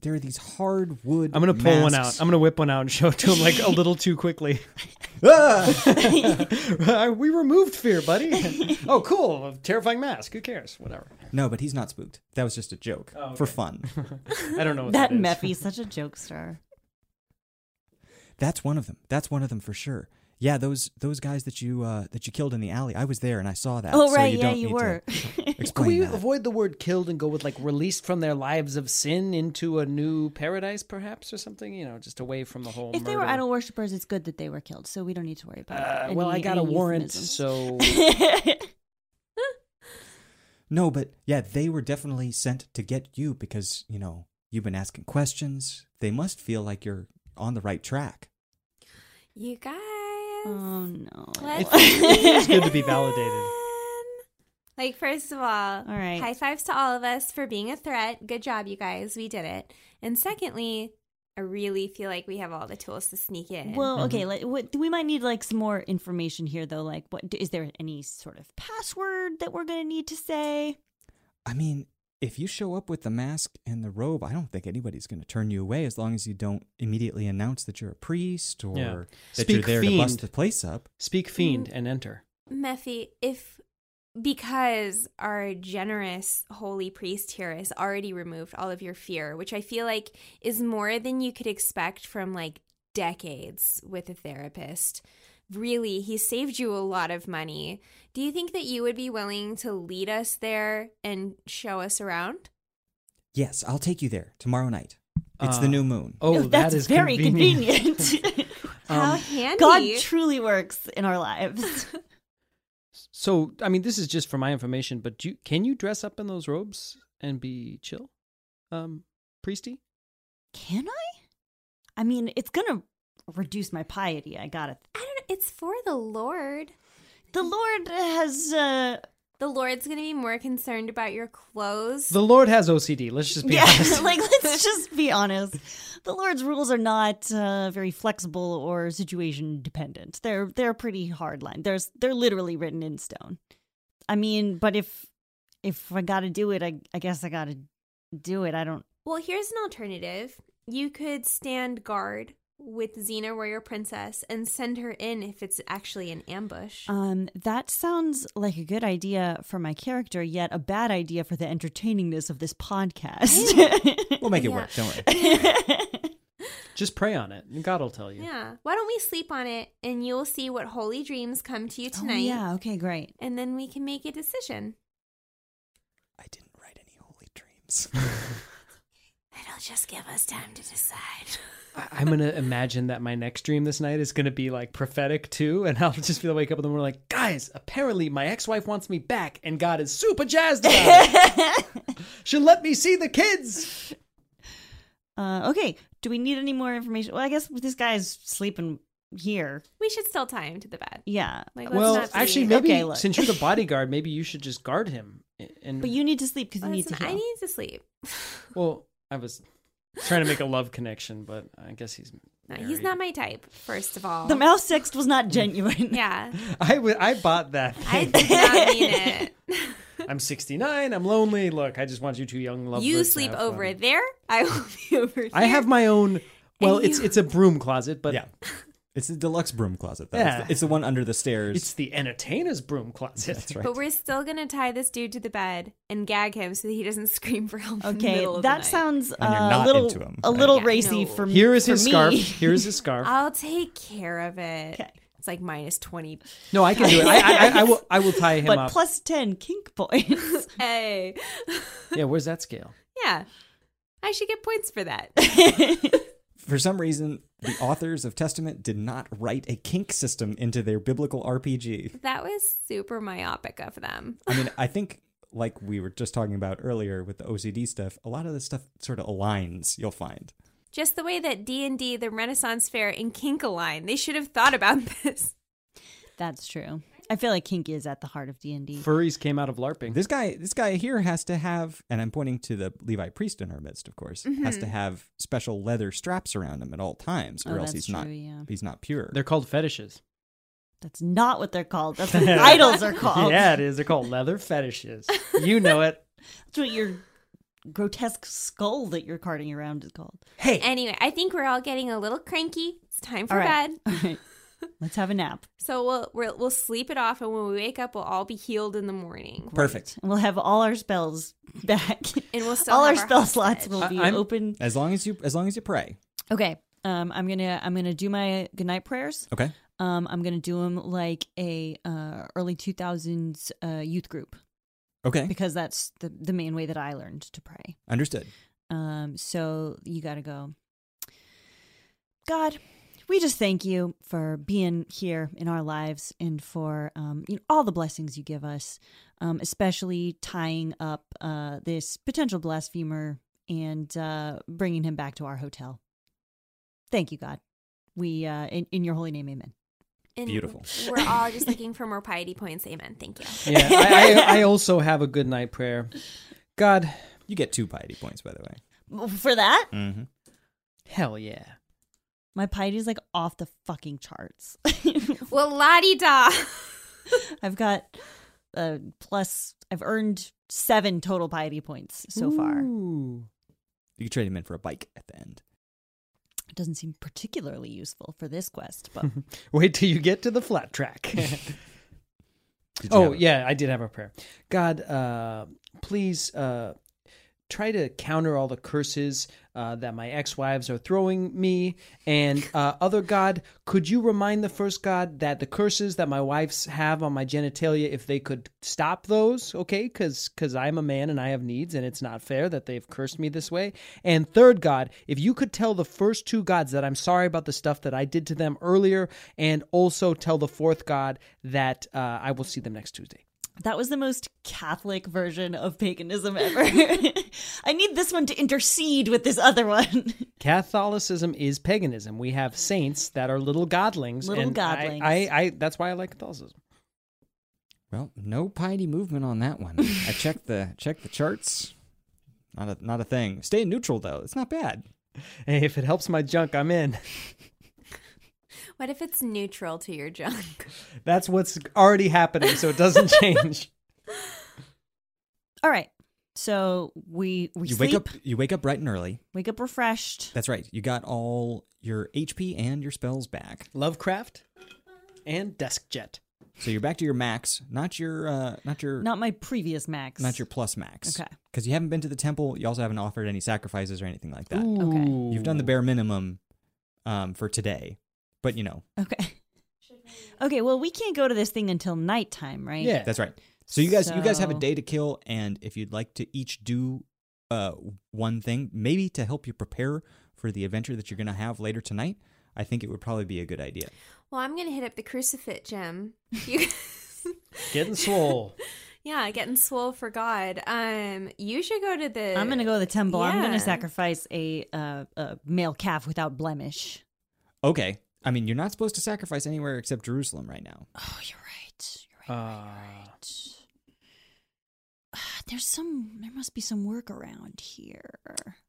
there are these hard wood.
I'm gonna pull one out.
masks.
I'm gonna whip one out and show it to him like a little too quickly. Uh,
Ah!
we removed fear, buddy. oh, cool. A terrifying mask. Who cares? Whatever.
no, but he's not spooked. That was just a joke
Oh,
for
okay.
fun.
I don't know what
That
Oh, is.
Meffy's such a jokester.
That's one of them. That's one of them for sure. Yeah, those those guys that you uh, that you killed in the alley. I was there and I saw that.
oh
so
right,
you
yeah,
don't
you
need to
were.
explain
Can we
that.
avoid the word killed and go with like released from their lives of sin into a new paradise, perhaps, or something? You know, just away from the whole.
if they were
murder.
idol worshippers, it's good that they were killed, so we don't need to worry about
Uh,
it.
well, I got a warrant, so
no, but yeah, they were definitely sent to get you because you know you've been asking questions. They must feel like you're on the right track.
You guys.
oh no.
Let's
um, It's good to be validated.
Like first of all, all
right.
high fives to all of us for being a threat. Good job, you guys. We did it. And secondly, I really feel like we have all the tools to sneak in.
Well, okay.
Mm-hmm.
Like, what, we might need like some more information here, though. Like, what is there any sort of password that we're gonna need to say?
I mean, if you show up with the mask and the robe, I don't think anybody's going to turn you away as long as you don't immediately announce that you're a priest or
Yeah.
that
Speak
you're there to bust
fiend.
the place up.
Speak fiend and enter.
Mephi, if because our generous holy priest here has already removed all of your fear, which I feel like is more than you could expect from like decades with a therapist. really, he saved you a lot of money. Do you think that you would be willing to lead us there and show us around?
Yes, I'll take you there tomorrow night. It's the new moon.
Oh,
that's
that is
very convenient.
Um,
Um,
How handy.
God truly works in our lives.
So, I mean, this is just for my information, but do you, can you dress up in those robes and be chill, um, priesty?
Can I? I mean, it's gonna reduce my piety. I got it.
I don't know. It's for the Lord.
The Lord has. uh
The Lord's going to be more concerned about your clothes.
The Lord has OCD. Let's just be
yeah,
honest.
like let's just be honest. The Lord's rules are not uh, very flexible or situation dependent. They're they're pretty hard line. There's they're literally written in stone. I mean, but if if I got to do it, I I guess I got to do it. I don't.
well, here's an alternative. You could stand guard with Xena, warrior princess, and send her in if it's actually an ambush.
Um, that sounds like a good idea for my character, yet a bad idea for the entertainingness of this podcast.
We'll make it
Yeah.
work. Don't worry.
just pray on it, and God will tell you.
yeah. Why don't we sleep on it and you'll see what holy dreams come to you
Oh,
tonight?
yeah. Okay. Great.
And then we can make a decision.
I didn't write any holy dreams.
It'll just give us time to decide.
I- I'm gonna imagine that my next dream this night is gonna be like prophetic too, and I'll just feel wake up in the morning like, guys, apparently my ex-wife wants me back, and God is super jazzed about it. She'll let me see the kids.
Uh, okay. Do we need any more information? Well, I guess this guy's sleeping here.
We should still tie him to the bed.
Yeah.
Like, let's
well,
not be-
actually, maybe
Okay, look.
since you're the bodyguard, maybe you should just guard him. And
But you need to sleep because you need to
Listen, I
heal.
need to sleep.
well, I was trying to make a love connection, but I guess he's.
No,
married.
he's not my type, first of all.
The mouse text was
Mm.
not genuine.
yeah.
I, w- I bought that.
I
Thing.
did not mean it.
I'm 69. I'm lonely. Look, I just want you two young lovers.
you
to
sleep
have
over
fun.
there. I will be over here.
I have my own. Well,
And
it's
you-
it's a broom closet, but
yeah. It's the deluxe broom closet, though. It's,
Yeah.
the, it's the one under the stairs.
it's the entertainer's broom closet.
That's right.
But we're still gonna tie this dude to the bed and gag him so that he doesn't scream for help. in the
Okay.
middle of the
That
night.
sounds
And you're
uh, a
not
little
into him,
a
right?
little
Yeah,
racy
no.
for me.
Here is his
for
scarf.
me.
Here is his scarf.
I'll take care of it.
Okay.
It's like minus twenty.
no, I can do it. I, I, I, I will. I will tie him
But
up.
plus ten kink points.
Hey,
yeah, where's that scale?
yeah, I should get points for that.
For some reason, the authors of Testament did not write a kink system into their biblical RPG.
that was super myopic of them.
I mean, I think like we were just talking about earlier with the OCD stuff, a lot of this stuff sort of aligns, you'll find.
Just the way that D and D, the Renaissance Fair, and Kink align. They should have thought about this.
That's true. I feel like kink is at the heart of D and D.
Furries came out of LARPing.
This guy this guy here has to have and I'm pointing to the Levi priest in our midst, of course, has to have special leather straps around him at all times, or
Mm-hmm. Oh,
else
that's
he's not
true, yeah.
he's not pure.
They're called fetishes.
That's not what they're called. That's what idols are called.
Yeah, it is. They're called leather fetishes. You know it.
That's what your grotesque skull that you're carting around is called.
Hey,
Anyway, I think we're all getting a little cranky. It's time for
All right.
bed.
All right. Let's have a nap.
So we'll, we'll we'll sleep it off, and when we wake up, we'll all be healed in the morning,
Perfect.
And we'll have all our spells back.
and we'll still
all our
have
spell
hostage.
slots will
I-
be
I'm-
open.
As long as you as long as you pray.
Okay. Um, I'm gonna I'm gonna do my goodnight prayers.
Okay.
Um, I'm gonna do them like a uh, early 2000s uh, youth group
Okay.
because that's the the main way that I learned to pray.
Understood.
Um, so you got to go. God, we just thank you for being here in our lives and for um, you know, all the blessings you give us, um, especially tying up uh, this potential blasphemer and uh, bringing him back to our hotel. Thank you, God. We uh, in, in your holy name, Amen.
And
Beautiful.
We're all just looking for more piety points. Amen. Thank you.
Yeah, I, I, I also have a good night prayer. God,
You get two piety points, by the way.
For that,
Mm-hmm.
hell yeah.
my piety is like off the fucking charts.
Well, la di da.
I've got uh, plus. I've earned seven total piety points so far.
Ooh.
You can trade him in for a bike at the end.
It doesn't seem particularly useful for this quest, but
Wait till you get to the flat track.
Did you
oh,
have a-
yeah, I did have a prayer. God, uh, please uh, try to counter all the curses uh, that my ex-wives are throwing me and uh, other god could you remind the first god that the curses that my wives have on my genitalia if they could stop those okay because because i'm a man and i have needs and it's not fair that they've cursed me this way and third god if you could tell the first two gods that i'm sorry about the stuff that i did to them earlier and also tell the fourth god that uh, i will see them next tuesday
That was the most Catholic version of paganism ever. I need this one to intercede with this other one.
Catholicism is paganism. We have saints that are little godlings.
Little
and I-
godlings.
I, I, that's why I like Catholicism.
Well, no piety movement on that one. I checked the checked the charts. Not a not a thing. Stay neutral though. It's not bad.
Hey, if it helps my junk, I'm in.
What if it's neutral to your junk?
That's what's already happening, so it doesn't change.
All right. So we we
you
sleep,
wake up you wake up bright and early.
wake up refreshed.
That's right. You got all your HP and your spells back.
Lovecraft and Desk Jet.
So you're back to your max, not your uh not your
Not my previous max.
not your plus max.
Okay.
Cuz you haven't been to the temple, you also haven't offered any sacrifices or anything like that.
Okay.
You've done the bare minimum um for today. But you know,
Okay. Okay, well we can't go to this thing until nighttime, right?
Yeah.
that's right. So you guys you guys have a
So-
day to kill and if you'd like to each do uh one thing, maybe to help you prepare for the adventure that you're going to have later tonight, I think it would probably be a good idea.
Well, I'm gonna hit up the crucifix gem. You
Getting swole.
Yeah, getting swole for God. Um, you should go to the.
I'm gonna go to the temple. I'm
Yeah.
gonna sacrifice a, uh, a male calf without blemish.
Okay. I mean, you're not supposed to sacrifice anywhere except Jerusalem right now.
Oh, you're right. You're right.
Uh,
Ah, There's some. There must be some work around here.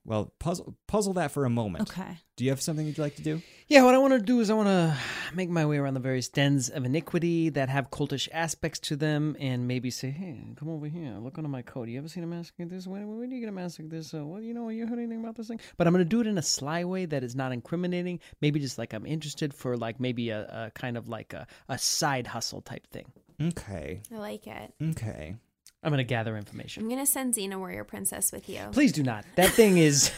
Well, puzzle puzzle that for a moment.
Okay.
Do you have something you'd like to do?
yeah, what I want to do is I want to make my way around the various dens of iniquity that have cultish aspects to them and maybe say, hey, come over here, look under my coat. You ever seen a mask like this? When, when do you get a mask like this? Uh, well, you know, you heard anything about this thing? But I'm going to do it in a sly way that is not incriminating. Maybe just like I'm interested for like maybe a, a kind of like a, a side hustle type thing.
Okay.
I like it.
Okay.
I'm going to gather information.
I'm gonna send Xena Warrior Princess with you.
Please do not. That thing is,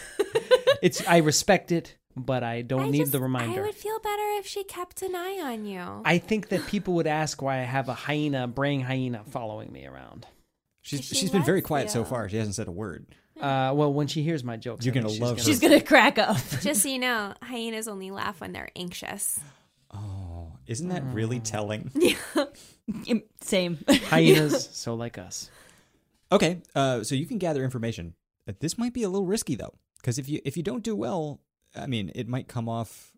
it's. I respect it, but I don't
I
need
just-
the reminder.
I would feel better if she kept an eye on you.
I think that people would ask why I have a hyena, braying hyena, following me around.
She's
She
she has been very
loves
quiet so
you.
far. She hasn't said a word.
Uh, well, when she hears my jokes,
You're
I think
gonna love
She's gonna crack up.
Just so you know, hyenas only laugh when they're anxious.
Oh, isn't that really telling?
Im- Same.
hyenas, so like us.
Okay. Uh, so you can gather information. Uh, This might be a little risky though, because if you if you don't do well, I mean, it might come off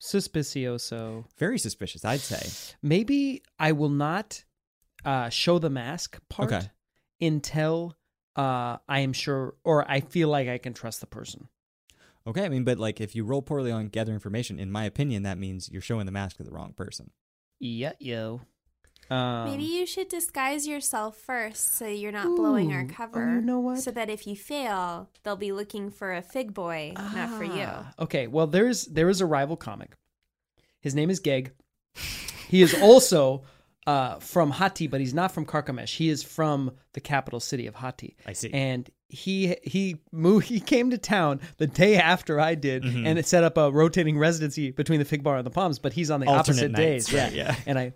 Suspicioso.
very suspicious. I'd say.
Maybe I will not uh, show the mask part
Okay.
until uh, I am sure, or I feel like I can trust the person.
Okay. I mean, but like, if you roll poorly on gather information, in my opinion, that means you're showing the mask to the wrong person.
Yeah, yo. Um,
Maybe you should disguise yourself first so you're not blowing our
Ooh. Oh,
cover.
you know what?
So that if you fail, they'll be looking for a fig boy, not for you.
Ah, Okay, well there is there is a rival comic. His name is Geg. He is also uh, from Hati, but he's not from Karkamesh. He is from the capital city of Hati.
I see.
And he he moved he came to town the day after I did,
Mm-hmm.
and it set up a rotating residency between the Fig Bar and the Palms. But he's on the opposite days.
right, yeah.
and I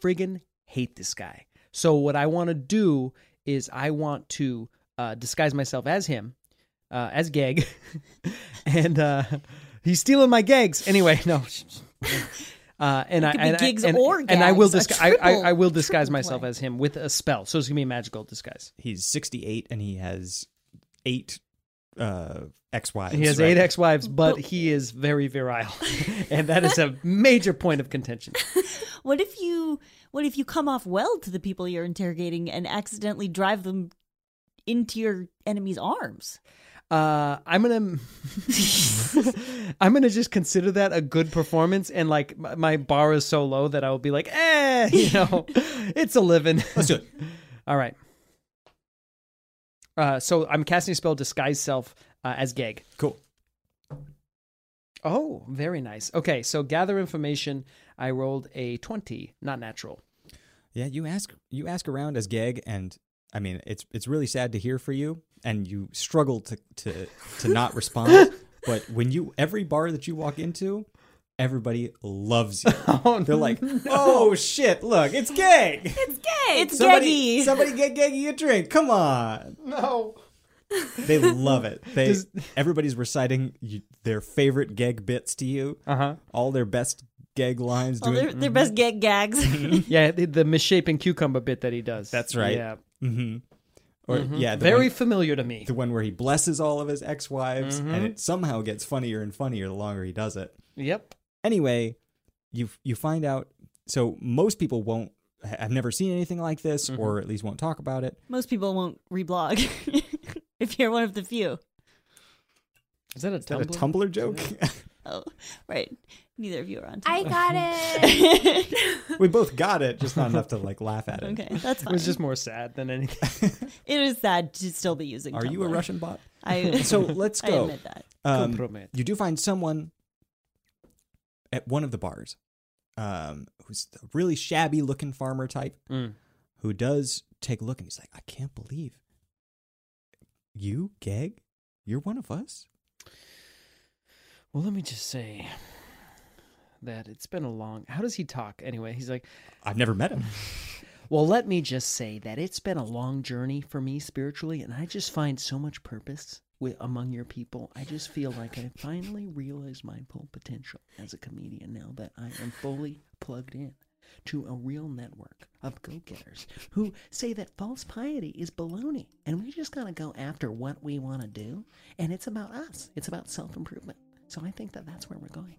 friggin' hate this guy. So what I want to do is I want to uh, disguise myself as him, uh, as Gag, and uh, he's stealing my gags. Anyway, no. Uh, and I
could be
and, I-
gigs
and,
or
and I will
gags, a
disgu- I, I, I
triple-
will disguise
triple
myself
play.
as him with a spell, so it's gonna be a magical disguise.
He's 68 and he has eight uh, ex-wives.
He has
right?
eight ex-wives, but he is very virile, and that is a major point of contention.
what if you? What if you come off well to the people you're interrogating and accidentally drive them into your enemy's arms?
uh, I'm gonna I'm gonna just consider that a good performance, and like my, my bar is so low that I will be like, eh, you know, it's a living.
Let's do it.
All right. Uh, so I'm casting a spell, disguise self uh, as Gag.
Cool.
Oh, very nice. Okay, so gather information. I rolled a twenty, not natural.
Yeah, you ask you ask around as Geg, and I mean, it's it's really sad to hear for you, and you struggle to to to not respond. But when you every bar that you walk into, everybody loves you. They're like, "Oh shit! Look, it's Gag.
It's
Somebody,
Geggy.
somebody get Gaggy a drink. Come on."
No.
They love it. They everybody's reciting you, their favorite gag bits to you.
Uh-huh.
All their best gag lines.
All
doing,
their,
Mm-hmm.
their best gag gags.
Yeah, the, the misshapen cucumber bit that he does.
That's right.
Yeah.
or yeah, the
Very
one-
familiar to me.
the one where he blesses all of his ex-wives, and it somehow gets funnier and funnier the longer he does it.
Yep.
anyway, you you find out. So most people won't ha- have never seen anything like this, or at least won't talk about it.
Most people won't reblog if you're one of the few.
Is that a
Is that a
tumbler?
Tumblr joke?
Oh, right. Neither of you are on.
I got it.
okay,
we both got it, just not enough to like laugh at it.
that's
It
fine.
was just more sad than anything.
It is sad to still be using.
Are you a
Tumblr.
Russian bot?
I
So let's
I
go.
admit that.
Um,
Compromise.
you do find someone at one of the bars um, who's a really shabby looking farmer type
Mm.
who does take a look and he's like, I can't believe you, Gag, you're one of us.
Well, let me just say that it's been a long. How does he talk anyway? He's like,
I've never met him.
Well, let me just say that it's been a long journey for me spiritually, and I just find so much purpose with, among your people. I just feel like I finally realized my full potential as a comedian now that I am fully plugged in to a real network of go getters who say that false piety is baloney, and we just gotta go after what we wanna do, and it's about us, it's about self improvement. So I think that that's where we're going.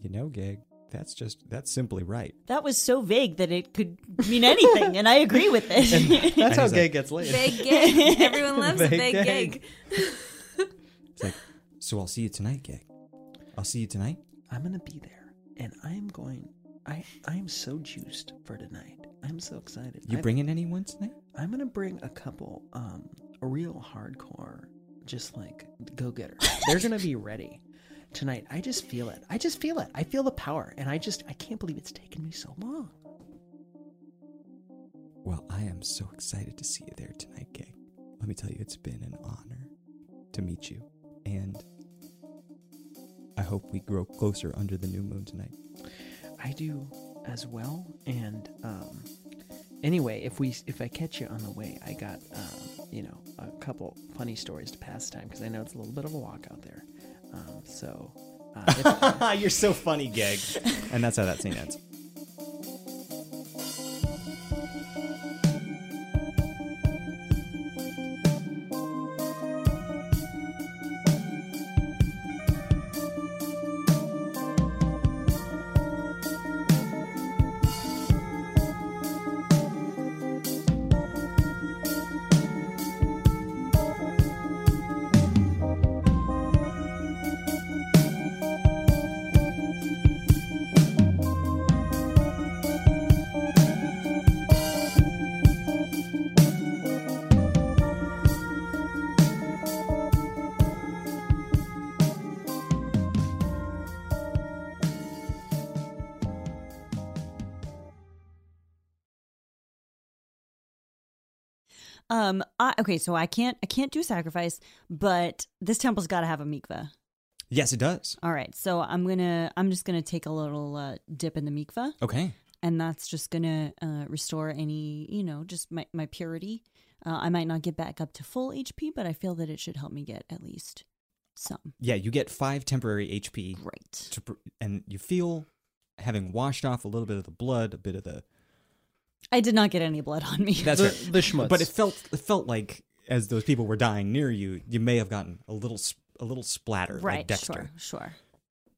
You know, Gag, that's just that's simply right.
That was so vague that it could mean anything, and I agree with it.
That's
how he's like- gay
gets laid.
big gig. Everyone loves a big
Big gig.
gig.
It's like, so I'll see you tonight, Gag. I'll see you tonight.
I'm gonna be there, and I'm going. I I am so juiced for tonight. I'm so excited.
You
I-
bringing anyone tonight?
I'm gonna bring a couple, um, real hardcore, just like go getters. They're gonna be ready tonight. I just feel it. I just feel it. I feel the power, and I just I can't believe it's taken me so long.
Well, I am so excited to see you there tonight, Gag. Let me tell you, it's been an honor to meet you, and I hope we grow closer under the new moon tonight.
I do as well. And um, anyway, if we if I catch you on the way, I got um, you know a couple funny stories to pass time because I know it's a little bit of a walk out there. Um, so uh, if,
You're so funny, Gag. and that's how that scene ends.
um, I, okay, so I can't I can't do sacrifice, but this temple's got to have a mikveh.
Yes, it does.
All right, so I'm gonna I'm just gonna take a little uh, dip in the mikveh,
Okay.
and that's just gonna uh, restore any you know just my my purity. Uh, I might not get back up to full HP, but I feel that it should help me get at least some.
Yeah, you get five temporary HP,
Great.
to, pr- and you feel having washed off a little bit of the blood, a bit of the
I did not get any blood on me.
That's
the,
right.
the schmutz.
But it felt it felt like as those people were dying near you, you may have gotten a little s- a little splatter,
right.
like Dexter.
Sure.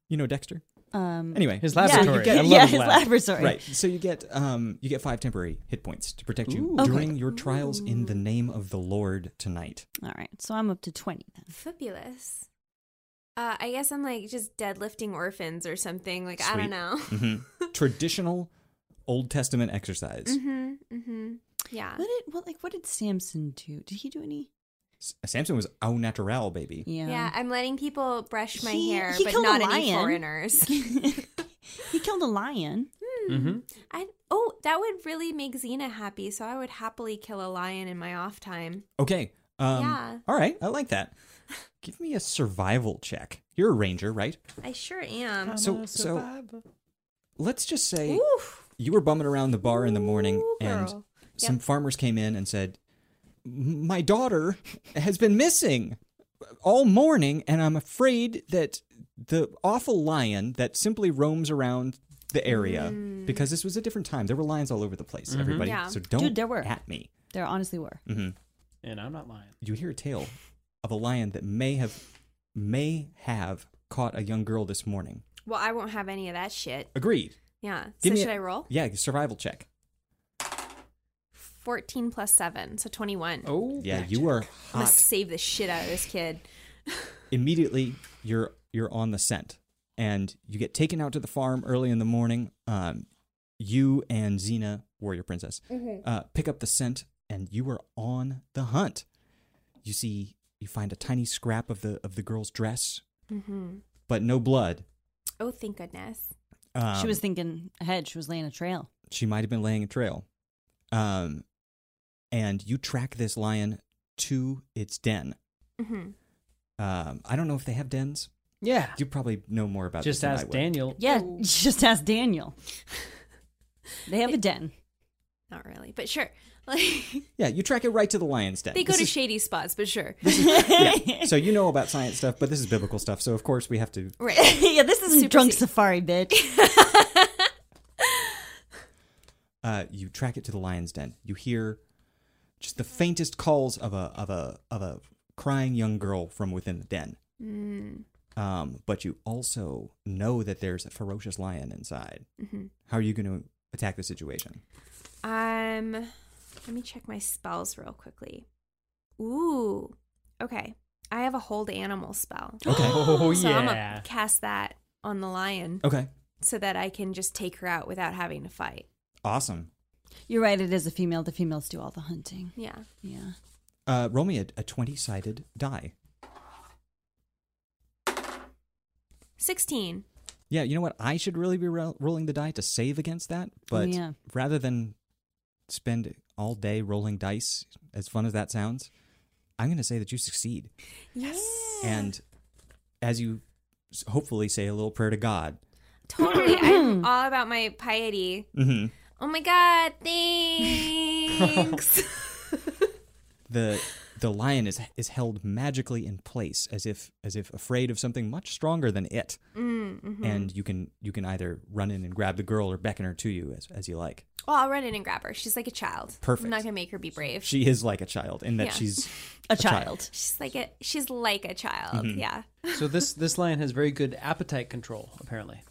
You know Dexter.
Sure. Um,
Anyway,
His
yeah,
laboratory.
Yeah,
I love
yeah,
his
his
lab.
laboratory.
right. So you get um you get five temporary hit points to protect you
Ooh.
during your trials in the name of the Lord tonight.
All right. So I'm up to 20 then.
Fabulous. Uh, I guess I'm like just deadlifting orphans or something. Like I
Sweet.
don't know.
Mhm. Traditional Old Testament exercise.
hmm hmm Yeah.
What did what like what did Samson do? Did he do any?
S- uh, Samson was au natural, baby.
Yeah.
yeah. I'm letting people brush my
He-
hair,
he
but
killed a
not any
lion.
foreigners.
mm-hmm.
he killed a lion.
I oh, that would really make Xena happy, so I would happily kill a lion in my off time.
Okay. Um,
Yeah.
All right. I like that. Give me a survival check. You're a ranger, right?
I sure am.
So, so let's just say
Oof.
you were bumming around the bar in the morning,
Ooh,
and
girl.
some farmers came in and said, "My daughter has been missing all morning, and I'm afraid that the awful lion that simply roams around." The area because this was a different time. There were lions all over the place. Everybody,
Mm. Yeah.
so don't
Mm-hmm. Dude, there were.
at me. Mm-hmm.
There honestly were.
And I'm not lying.
you hear a tale of a lion that may have may have caught a young girl this morning.
Well, I won't have any of that shit.
Agreed.
Yeah.
Give
so
me
should
a-
I roll?
Yeah, survival check.
14 plus 7, so 21.
Oh,
Yeah, you are
I'm gonna
hot.
save the shit out of this kid.
Immediately, you're you're on the scent, and you get taken out to the farm early in the morning. Um, you and Xena, warrior princess, uh, pick up the scent, and you are on the hunt. You see, you find a tiny scrap of the of the girl's dress,
Mm-hmm.
but no blood.
Oh, thank goodness.
Um,
she was thinking ahead. She was laying a trail.
she might have been laying a trail. Um, and you track this lion to its den.
Mm-hmm.
Um, I don't know if they have dens.
Yeah.
You probably know more about
Just
this than I
ask
would.
Daniel.
Yeah, just ask Daniel. They have a den.
Not really, but sure. Like
Yeah, you track it right to the lion's den.
they go
This
to
is-
shady spots, but sure.
yeah. So you know about science stuff, but this is biblical stuff. So of course we have to.
Right.
yeah, this isn't
Super
drunk
seat.
safari, bitch.
Uh, you track it to the lion's den. You hear just the faintest calls of a of a of a crying young girl from within the den.
Mm.
Um, but you also know that there's a ferocious lion inside.
Mm-hmm.
How are you going to attack the situation?
Um, let me check my spells real quickly. Ooh, okay. I have a hold animal spell,
Okay.
Oh,
so I'm
yeah.
gonna cast that on the lion
Okay.
so that I can just take her out without having to fight.
Awesome.
You're right. It is a female. The females do all the hunting.
Yeah.
Yeah.
Uh, roll me a, a 20 sided die.
Sixteen.
Yeah, you know what? I should really be ro- rolling the die to save against that, but
Yeah.
rather than spend all day rolling dice, as fun as that sounds, I'm going to say that you succeed.
Yes.
And as you s- hopefully say a little prayer to God,
Totally. I'm all about my piety.
mm-hmm.
Oh my god, thanks.
the the lion is is held magically in place as if as if afraid of something much stronger than it. And you can you can either run in and grab the girl or beckon her to you as, as you like.
well, I'll run in and grab her. She's like a child.
Perfect.
I'm not gonna make her be brave.
She is like a child in that
Yeah.
she's
A,
child.
child.
she's like a she's like a child. Yeah.
so this this lion has very good appetite control, apparently.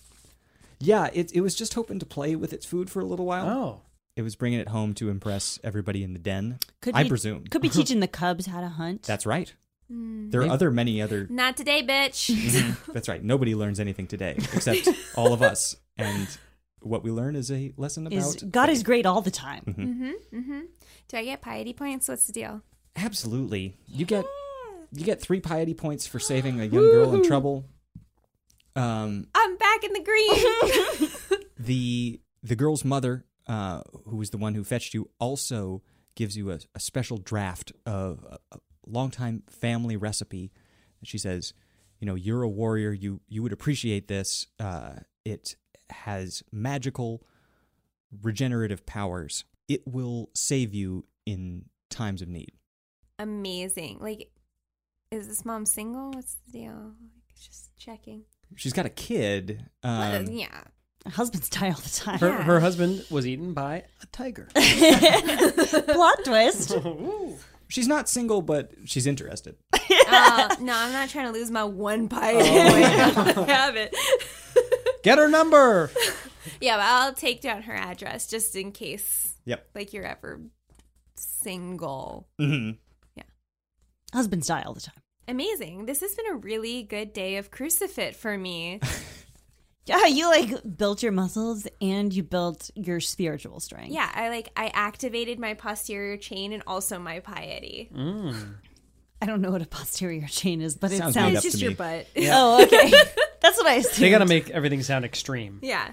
yeah, it it was just hoping to play with its food for a little while.
Oh.
It was bringing it home to impress everybody in the den.
Could
I
be-
presume.
Could Mm. be teaching the cubs how to hunt.
That's right. There are other many other
Not today, bitch.
That's right. Nobody learns anything today except all of us and what we learn is a lesson about
is God is great all the time.
Mm-hmm.
Do I get piety points? What's the deal?
Absolutely. You get you get three piety points for saving a young girl in trouble. Um,
I'm back in the green.
the the girl's mother, uh, who was the one who fetched you, also gives you a, a special draft of a, a longtime family recipe. She says, "You know, you're a warrior. You you would appreciate this. Uh, it has magical regenerative powers. It will save you in times of need."
Amazing. Like, is this mom single? What's the deal? Like, just checking.
She's got a kid. Um,
Well, yeah.
Husbands die all the time.
Her,
Yeah.
her husband was eaten by a tiger.
Plot twist.
She's not single, but she's interested.
Uh, no, I'm not trying to lose my one piety point. I have it.
Get her number.
Yeah, but I'll take down her address just in case.
Yep.
Like you're ever single.
Husbands die all the time.
Amazing. This has been a really good day of crucifit for me.
Yeah, you like built your muscles and you built your spiritual strength.
Yeah, I like I activated my posterior chain and also my piety.
Mm. I don't know what a posterior chain is, but it
Sounds
sounds.
made
It's
up to
just your
me.
butt.
Oh, okay. That's what I assumed.
They got to make everything sound extreme.
yeah.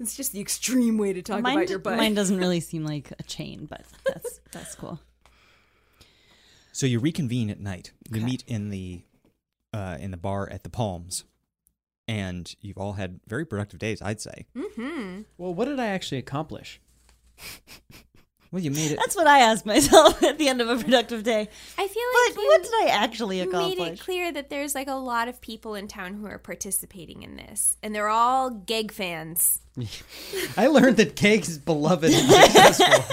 It's just the extreme way to talk
mine,
about your butt.
mine doesn't really seem like a chain, but that's that's cool.
So you reconvene at night. You
Okay.
meet in the uh, in the bar at the Palms, and you've all had very productive days, I'd say.
Hmm.
Well, what did I actually accomplish?
Well, you made it.
That's what I ask myself at the end of a productive day.
I feel like
But
you,
what did I actually
you made it
accomplish?
clear that there's like a lot of people in town who are participating in this, and they're all Geg fans.
I learned that cake is beloved and successful,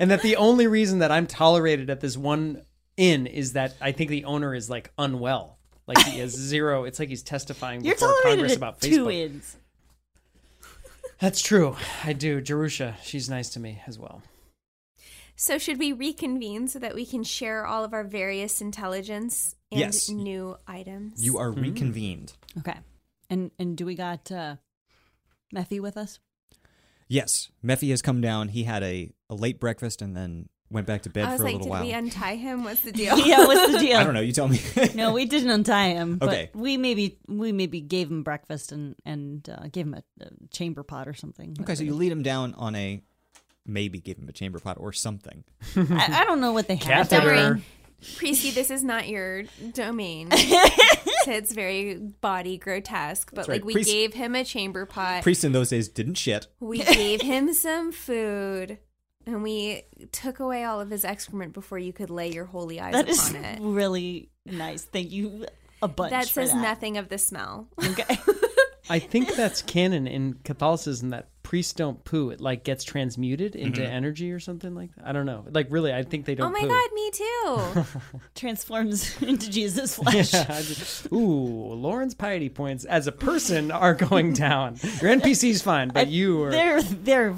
and that the only reason that I'm tolerated at this one inn is that I think the owner is like unwell. Like he has zero. It's like he's testifying
You're
before
tolerated
Congress
at
about
two
Facebook.
ins.
That's true. I do. Jerusha, she's nice to me as well.
So should we reconvene so that we can share all of our various intelligence and
Yes.
new items?
You are reconvened.
Okay, and and do we got uh, Methy with us?
Yes, Meffy has come down. He had a, a late breakfast and then went back to bed
I
for
was
a
like,
little
did
while.
we untie him? What's the deal?
yeah, what's the deal?
I don't know. You tell me.
No, we didn't untie him. But
Okay.
we maybe we maybe gave him breakfast and and uh, gave him a, a chamber pot or something.
okay, so you lead him down on a maybe give him a chamber pot or something.
I, I don't know what they had.
Don't worry.
Catheter.
Priesty, this is not your domain. Ted's very body grotesque, but
right.
like we
Priest-
gave him a chamber pot.
Priests in those days didn't shit.
we gave him some food. And we took away all of his excrement before you could lay your holy eyes
That is
upon it.
really nice. Thank you a bunch.
That
for
says
that.
nothing of the smell.
Okay.
I think that's canon in Catholicism that priests don't poo. It like gets transmuted into energy or something like that. I don't know. Like really, I think they don't.
oh my
poo.
god, me too.
Transforms into Jesus flesh.
I just- Ooh, Lauren's piety points as a person are going down. Your NPC's fine, but you are.
They're they're.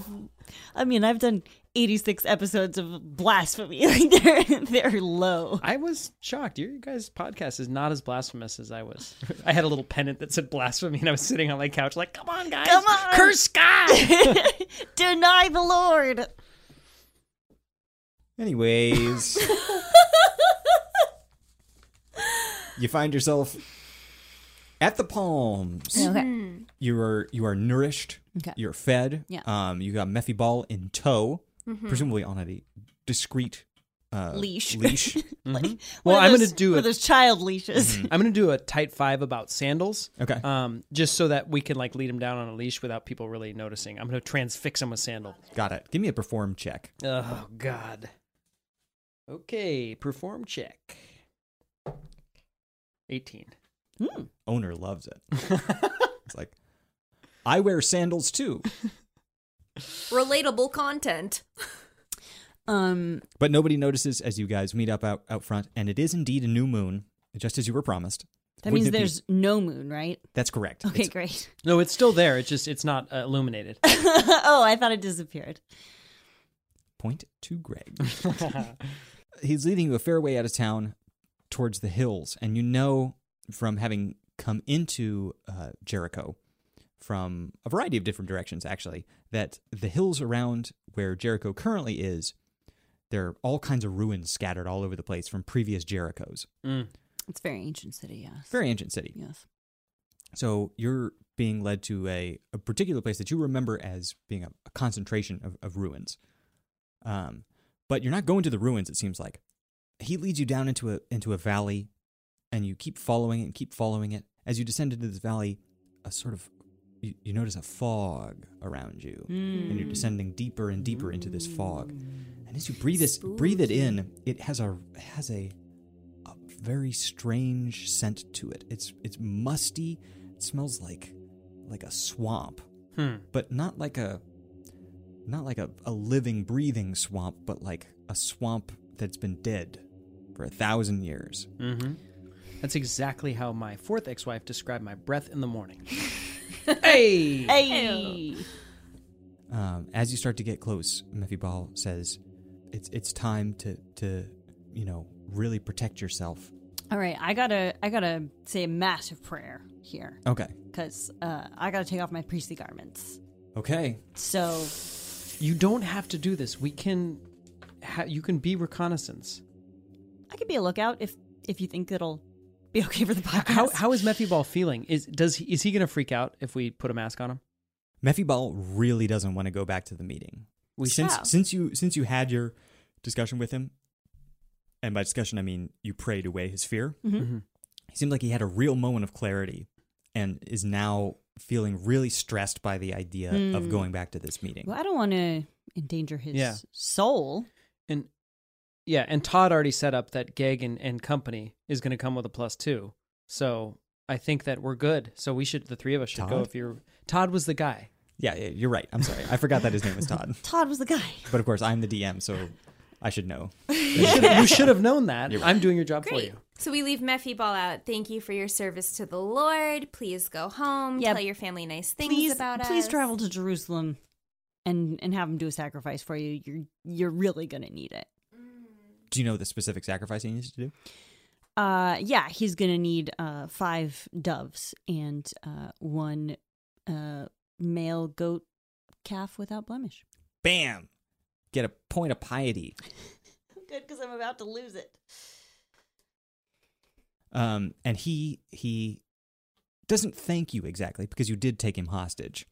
I mean, I've done eighty six episodes of blasphemy. Like they're they're low.
I was shocked. Your guys' podcast is not as blasphemous as I was. I had a little pennant that said blasphemy, and I was sitting on my couch like, "Come on, guys,
Come on."
curse God."
Deny the Lord.
Anyways, you find yourself at the palms.
Okay.
You are you are nourished.
Okay.
You're fed.
Yeah.
Um, you got Mephi Ball in tow, presumably on a discreet uh,
Leash.
Leash.
Well, I'm gonna do
it.
it.
Those child leashes.
Mm-hmm.
I'm gonna do a tight five about sandals,
Okay.
um, just so that we can like lead him down on a leash without people really noticing. I'm gonna transfix him with sandal.
got it. Give me a perform check.
Oh God. Okay, perform check. Eighteen.
Owner loves it. it's like I wear sandals too,
Relatable content.
Um.
but nobody notices as you guys meet up out, out front, and it is indeed a new moon, just as you were promised.
That
Wouldn't
means
it be-
there's no moon, right?
That's correct.
Okay,
It's-
great.
No, it's still there. It's just it's not uh, illuminated.
oh, I thought it disappeared.
Point to Greg. He's leading you a fair way out of town towards the hills, and you know from having come into uh, Jericho from a variety of different directions, actually, that the hills around where Jericho currently is, there are all kinds of ruins scattered all over the place from previous Jerichos.
Mm.
It's a very ancient city. Yes.
Very ancient city.
Yes.
So you're being led to a, a particular place that you remember as being a, a concentration of, of ruins. Um, but you're not going to the ruins, it seems like. He leads you down into a into a valley, and you keep following it and keep following it. As you descend into this valley, a sort of you, you notice a fog around you. And you're descending deeper and deeper into this fog. And as you breathe this breathe it in, it has a has a a very strange scent to it. It's it's musty. It smells like like a swamp,
Hmm.
but not like a not like a, a living, breathing swamp, but like a swamp that's been dead for a thousand years.
Mm-hmm. That's exactly how my fourth ex-wife described my breath in the morning. hey.
Hey.
Um, as you start to get close, Miffy Ball says, "It's it's time to to you know really protect yourself."
All right, I gotta, I gotta say a massive prayer here
Okay,
because uh, I gotta take off my priestly garments.
okay,
So
You don't have to do this. We can. Ha- you can be reconnaissance.
I could be a lookout if if you think it'll be okay for the podcast.
How how is Mephi Ball feeling? Is does he, is he going to freak out if we put a mask on him?
Mephibal really doesn't want to go back to the meeting.
We
since
shall.
since you since you had your discussion with him, and by discussion I mean you prayed away his fear.
Mhm.
He seemed like he had a real moment of clarity, and is now feeling really stressed by the idea of
Hmm.
going back to this meeting.
Well, I don't want to endanger his
Yeah.
soul.
And yeah, and Todd already set up that Gag and, and company is going to come with a plus two. So I think that we're good. So we should, the three of us should go.
Todd?
If you're Todd was the guy.
Yeah, yeah, you're right. I'm sorry, I forgot that his name was Todd.
Todd was the guy.
But of course, I'm the DM, so I should know.
You should, you should have known that. I'm doing your job for
Great.
you.
So we leave Mephi Ball out. Thank you for your service to the Lord. Please go home.
Yeah,
Tell your family nice things
Please,
about us.
please travel to Jerusalem, and and have him do a sacrifice for you. You're you're really gonna need it.
Do you know the specific sacrifice he needs to do?
Uh, yeah, he's gonna need uh five doves and uh one uh male goat calf without blemish.
Bam! Get a point of piety.
Good, because I'm about to lose it.
Um, and he he doesn't thank you exactly because you did take him hostage,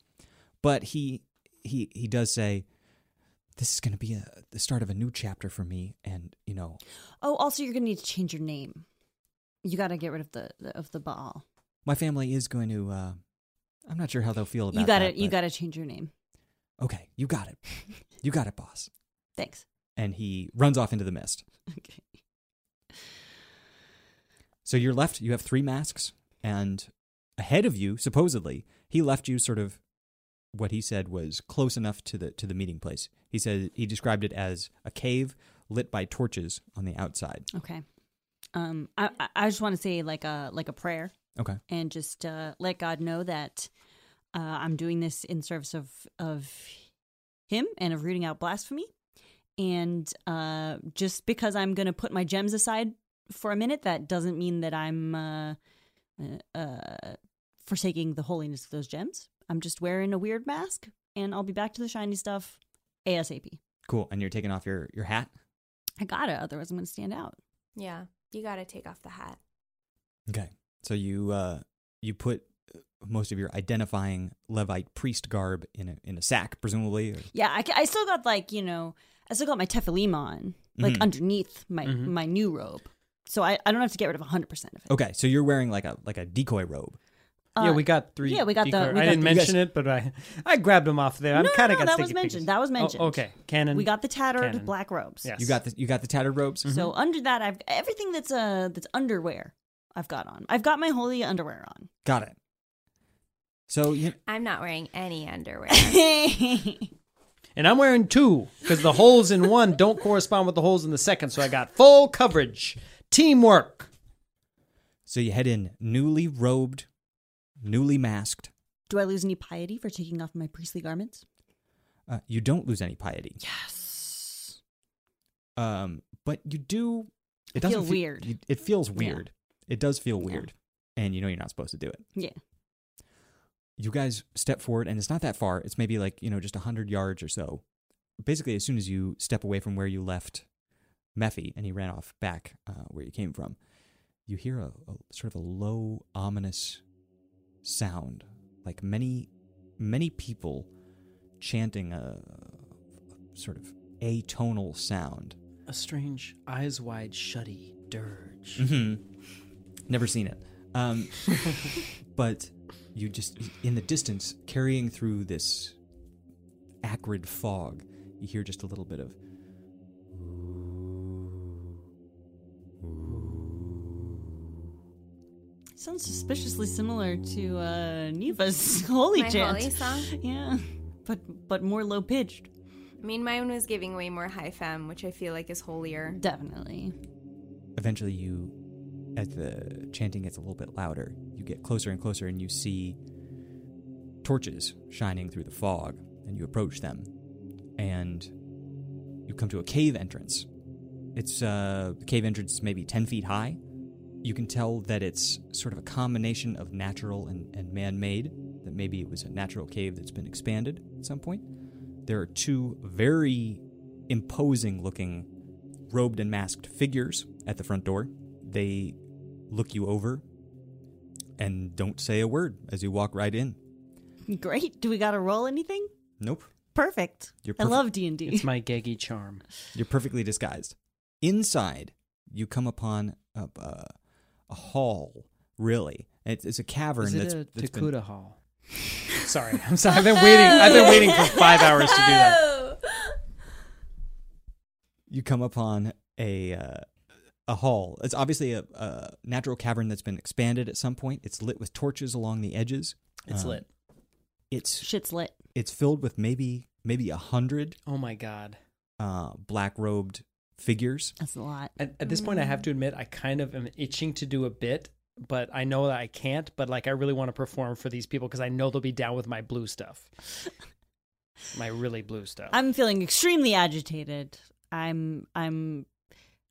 but he he he does say, "This is going to be a, the start of a new chapter for me." And you know,
Oh, also, you're gonna need to change your name. You got to get rid of the, the of the Baal.
my family is going to. Uh, I'm not sure how they'll feel about
You got to
that,
you
but-
got to change your name.
Okay, you got it. You got it, boss.
Thanks.
And he runs off into the mist.
Okay.
So you're left, you have three masks, and ahead of you, supposedly, he left you sort of what he said was close enough to the to the meeting place. He said he described it as a cave lit by torches on the outside.
Okay. Um, I I- I just want to say like a like a prayer
Okay.
and just uh, let God know that uh, I'm doing this in service of of Him and of rooting out blasphemy, and uh, just because I'm going to put my gems aside for a minute, that doesn't mean that I'm uh, uh, uh, forsaking the holiness of those gems. I'm just wearing a weird mask, and I'll be back to the shiny stuff ASAP.
Cool. And you're taking off your, your hat.
I gotta, otherwise I'm going to stand out.
Yeah, you got to take off the hat.
Okay. So you uh you put most of your identifying Levite priest garb in a in a sack, presumably. Or,
Yeah, I, ca- I still got like you know, I still got my tefillim on, like
Mhm.
underneath my
Mhm.
my new robe. So I, I don't have to get rid of hundred percent of it.
okay, so you're wearing like a like a decoy robe.
Uh,
yeah, we got three.
yeah, we got the-
decoy-
we
I
got
didn't
the-
mention it, but I I grabbed them off there.
No,
I'm
no,
kind of
no, that was mentioned. That was mentioned.
Oh, okay, canon.
we got the tattered
Canon.
black robes.
Yes.
You got the you got the tattered robes.
So under that, I've everything that's uh that's underwear. I've got on. I've got my holy underwear on.
Got it. So you
I'm not wearing any underwear.
and I'm wearing two because the holes in one don't correspond with the holes in the second. So I got full coverage, teamwork.
So you head in newly robed, newly masked.
Do I lose any piety for taking off my priestly garments?
Uh, you don't lose any piety,
Yes.
um, but you do. It
I feel
doesn't fe-
weird.
you- it feels
Yeah.
weird. It does feel
Yeah.
weird, and you know you're not supposed to do it.
Yeah.
You guys step forward, and it's not that far. It's maybe like you know just hundred yards or so. Basically, as soon as you step away from where you left Mephi, and he ran off back uh, where you came from, you hear a, a sort of a low, ominous sound, like many, many people chanting a, a sort of atonal sound.
A strange, eyes wide shutty dirge.
Mm-hmm. Never seen it. Um, but you just, in the distance, carrying through this acrid fog, you hear just a little bit of.
Sounds suspiciously similar to uh Neva's holy
My
chant.
holy song.
Yeah, but but more low pitched.
I mean, mine was giving way more high femme, which I feel like is holier.
Definitely.
Eventually, you, as the chanting gets a little bit louder, you get closer and closer and you see torches shining through the fog, and you approach them, and you come to a cave entrance. It's uh, the cave entrance is maybe 10 feet high. You can tell that it's sort of a combination of natural and, and man made, that maybe it was a natural cave that's been expanded at some point. There are two very imposing looking robed and masked figures at the front door. They look you over and don't say a word as you walk right in.
Great. Do we got to roll anything?
Nope.
Perfect.
You're
I
perfect.
love D and D.
It's my geggy charm.
You're perfectly disguised. Inside, you come upon a, a, a hall, really. It's, it's a cavern
Is
that's,
it a
that's
Takuta
been,
Hall? Sorry, I'm sorry. I've been waiting. I've been waiting for five hours to do that.
you come upon a uh, a hall. It's obviously a, a natural cavern that's been expanded at some point. It's lit with torches along the edges.
It's
Um,
lit.
It's
Shit's lit.
it's filled with maybe maybe a hundred
Oh my god.
uh, black robed figures.
That's a lot.
At, at this point, I have
Mm.
to admit, I kind of am itching to do a bit, but I know that I can't. But like, I really want to perform for these people because I know they'll be down with my blue stuff, my really blue stuff.
I'm feeling extremely agitated. I'm I'm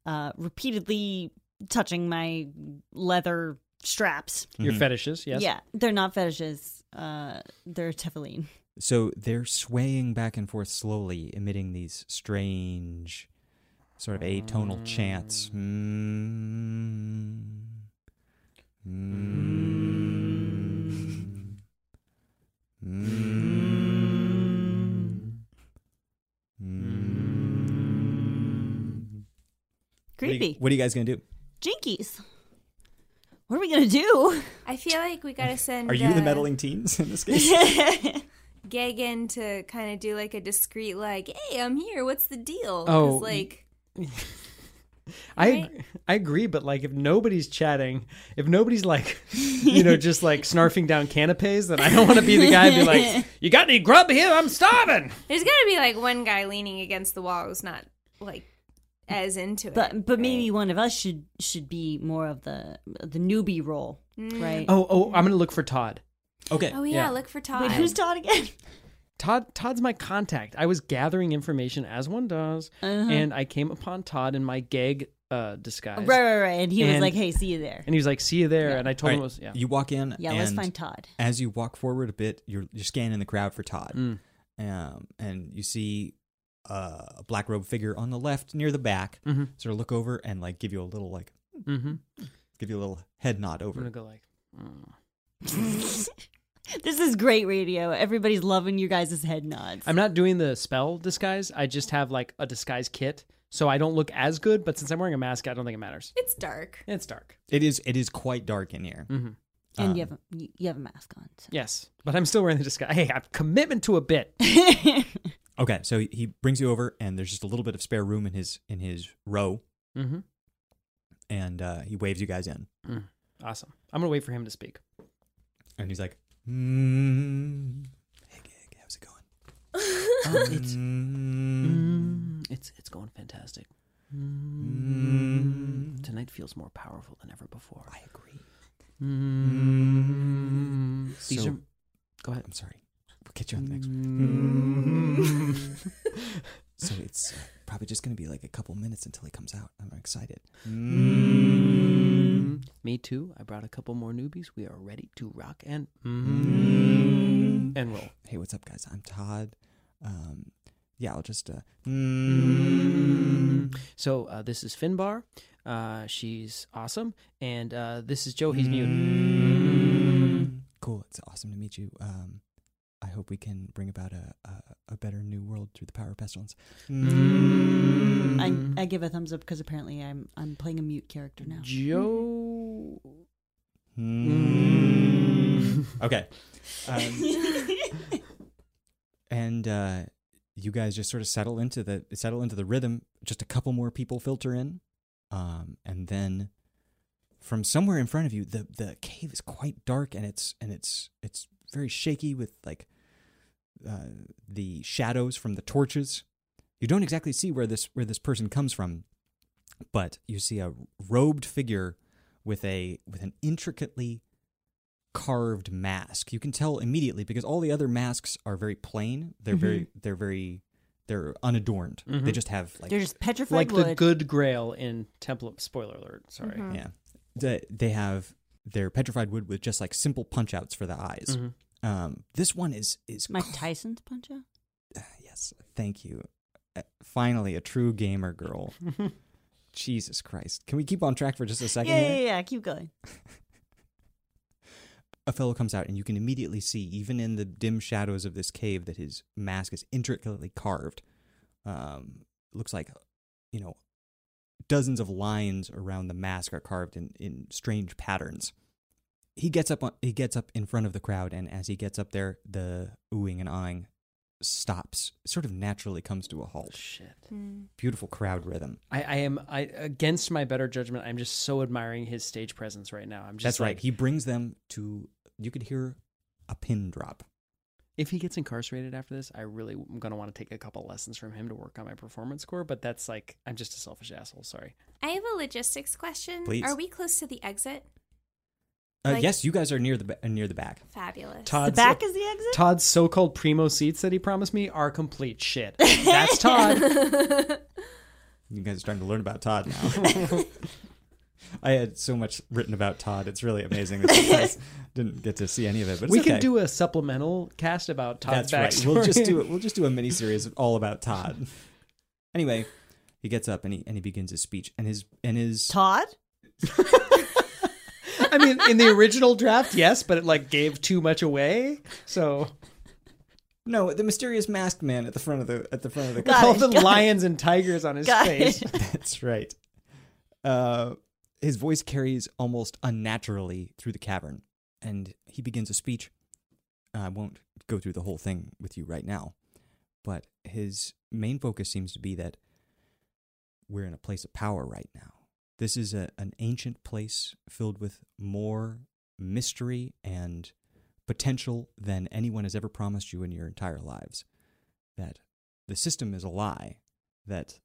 uh, repeatedly touching my leather straps.
Your fetishes, yes.
Yeah, they're not fetishes. Uh, they're Tefillin.
So they're swaying back and forth slowly, emitting these strange, sort of atonal chants. Mm. Mm. Mm. Mm. What do, you,
Creepy.
what are you guys gonna do?
Jinkies. What are we gonna do?
I feel like we gotta send.
Are you
uh,
the meddling teens in this case?
Gagan to kind of do like a discreet, like, "Hey, I'm here. What's the deal?" 'Cause,
Oh,
like
I
Right.
ag- I agree, but like if nobody's chatting, if nobody's like, you know, just like snarfing down canapes, then I don't want to be the guy and be like, "You got any grub here? I'm starving."
there's gotta be like one guy leaning against the wall who's not like as into it.
but but maybe one of us should should be more of the the newbie role, right?
Oh, oh, I'm gonna look for Todd.
okay.
oh yeah,
yeah.
look for Todd.
Wait, who's Todd again?
Todd Todd's my contact. I was gathering information as one does,
Uh-huh.
and I came upon Todd in my gag uh, disguise.
Right, right, right. And he was
And-
like, "Hey, see you there."
And he was like, "See you there," and I told
All
him, it
right,
was, "Yeah."
You walk in.
Yeah, let's
and
find Todd.
as you walk forward a bit, you're you're scanning the crowd for Todd,
Mm.
um, and you see uh, a black robe figure on the left near the back. Sort of look over and like give you a little like
mm-hmm. I'm
give you a little head nod over.
gonna go like,
This is great radio. Everybody's loving you guys' head nods.
I'm not doing the spell disguise. I just have like a disguise kit, so I don't look as good. But since I'm wearing a mask, I don't think it matters.
It's dark.
It's dark.
It is it is quite dark in here.
Mm-hmm.
and you
Um,
have a, you, you have a mask on. So.
Yes, but I'm still wearing the disguise. Hey, I've commitment to a bit.
Okay, so he brings you over, and there's just a little bit of spare room in his in his row,
mm-hmm.
and uh, he waves you guys in,
Awesome. I'm gonna wait for him to speak.
and he's like, mm, "Hey, gig, how's it going?"
Oh, it's,
Mm,
it's it's going fantastic.
mm,
Tonight feels more powerful than ever before.
I agree.
These
Mm. So-
are. Go ahead.
I'm sorry. We'll catch you on the next one.
Mm.
So it's uh, probably just going to be like a couple minutes until he comes out. I'm excited. Mm.
Me too. I brought a couple more newbies. We are ready to rock and
Mm.
and roll.
Hey, what's up, guys? I'm Todd. Um, yeah, I'll just. Uh,
So uh, this is Finbar. Uh, she's awesome, and uh, this is Joe. He's
Mm.
mute.
Cool. It's awesome to meet you. Um, I hope we can bring about a, a, a better new world through the power of pestilence.
I,
Mm-hmm.
I give a thumbs up because apparently I'm I'm playing a mute character now.
Joe.
Hmm. Okay. Um, and uh, you guys just sort of settle into the settle into the rhythm. Just a couple more people filter in, um, and then from somewhere in front of you, the the cave is quite dark and it's and it's it's very shaky with like uh, the shadows from the torches. You don't exactly see where this where this person comes from, but you see a robed figure with a with an intricately carved mask. You can tell immediately because all the other masks are very plain. They're very
Mm-hmm.
they're very they're unadorned. They just have like
They're just petrified
like
wood.
the good grail in Temple of Spoiler alert. Sorry.
mm.
yeah. They, they have their petrified wood with just like simple punch outs for the eyes.
Mm-hmm.
Um, this one is is
Mike Tyson's punch out.
yes. Thank you. Uh, finally, a true gamer girl. Jesus Christ! Can we keep on track for just a second?
Yeah,
here?
yeah, yeah. Keep going.
a fellow comes out, and you can immediately see, even in the dim shadows of this cave, that his mask is intricately carved. Um, looks like, you know, dozens of lines around the mask are carved in, in strange patterns. He gets up. On, he gets up in front of the crowd, and as he gets up there, the oohing and eyeing stops. Sort of naturally comes to a halt.
Shit.
Beautiful crowd rhythm.
I, I am I against my better judgment. I'm just so admiring his stage presence right now. I'm just
That's right.
like,
He brings them to. You could hear a pin drop.
If he gets incarcerated after this, I really am gonna want to take a couple lessons from him to work on my performance score. But that's like I'm just a selfish asshole. Sorry.
I have a logistics question.
Please.
Are we close to the exit?
Uh,
Like-
yes, you guys are near the ba- uh, near the back.
Fabulous.
The
Todd's
back is the exit?
Todd's so-called primo seats that he promised me are complete shit. That's Todd.
You guys are starting to learn about Todd now. I had so much written about Todd. It's really amazing that you guys didn't get to see any of it. But it's
we
okay.
can do a supplemental cast about Todd's
That's
backstory.
right. We'll just do it. We'll just do a mini series all about Todd. Anyway, he gets up and he and he begins his speech and his and his
Todd?
I mean, in the original draft, yes, but it like gave too much away. So
no the mysterious masked man at the front of the at the front of the
Got
all
it,
the
got it.
lions and tigers on his
Got
face.
That's right. Uh, his voice carries almost unnaturally through the cavern, and he begins a speech. I won't go through the whole thing with you right now, but his main focus seems to be that we're in a place of power right now. This is a, an ancient place filled with more mystery and potential than anyone has ever promised you in your entire lives. That the system is a lie, that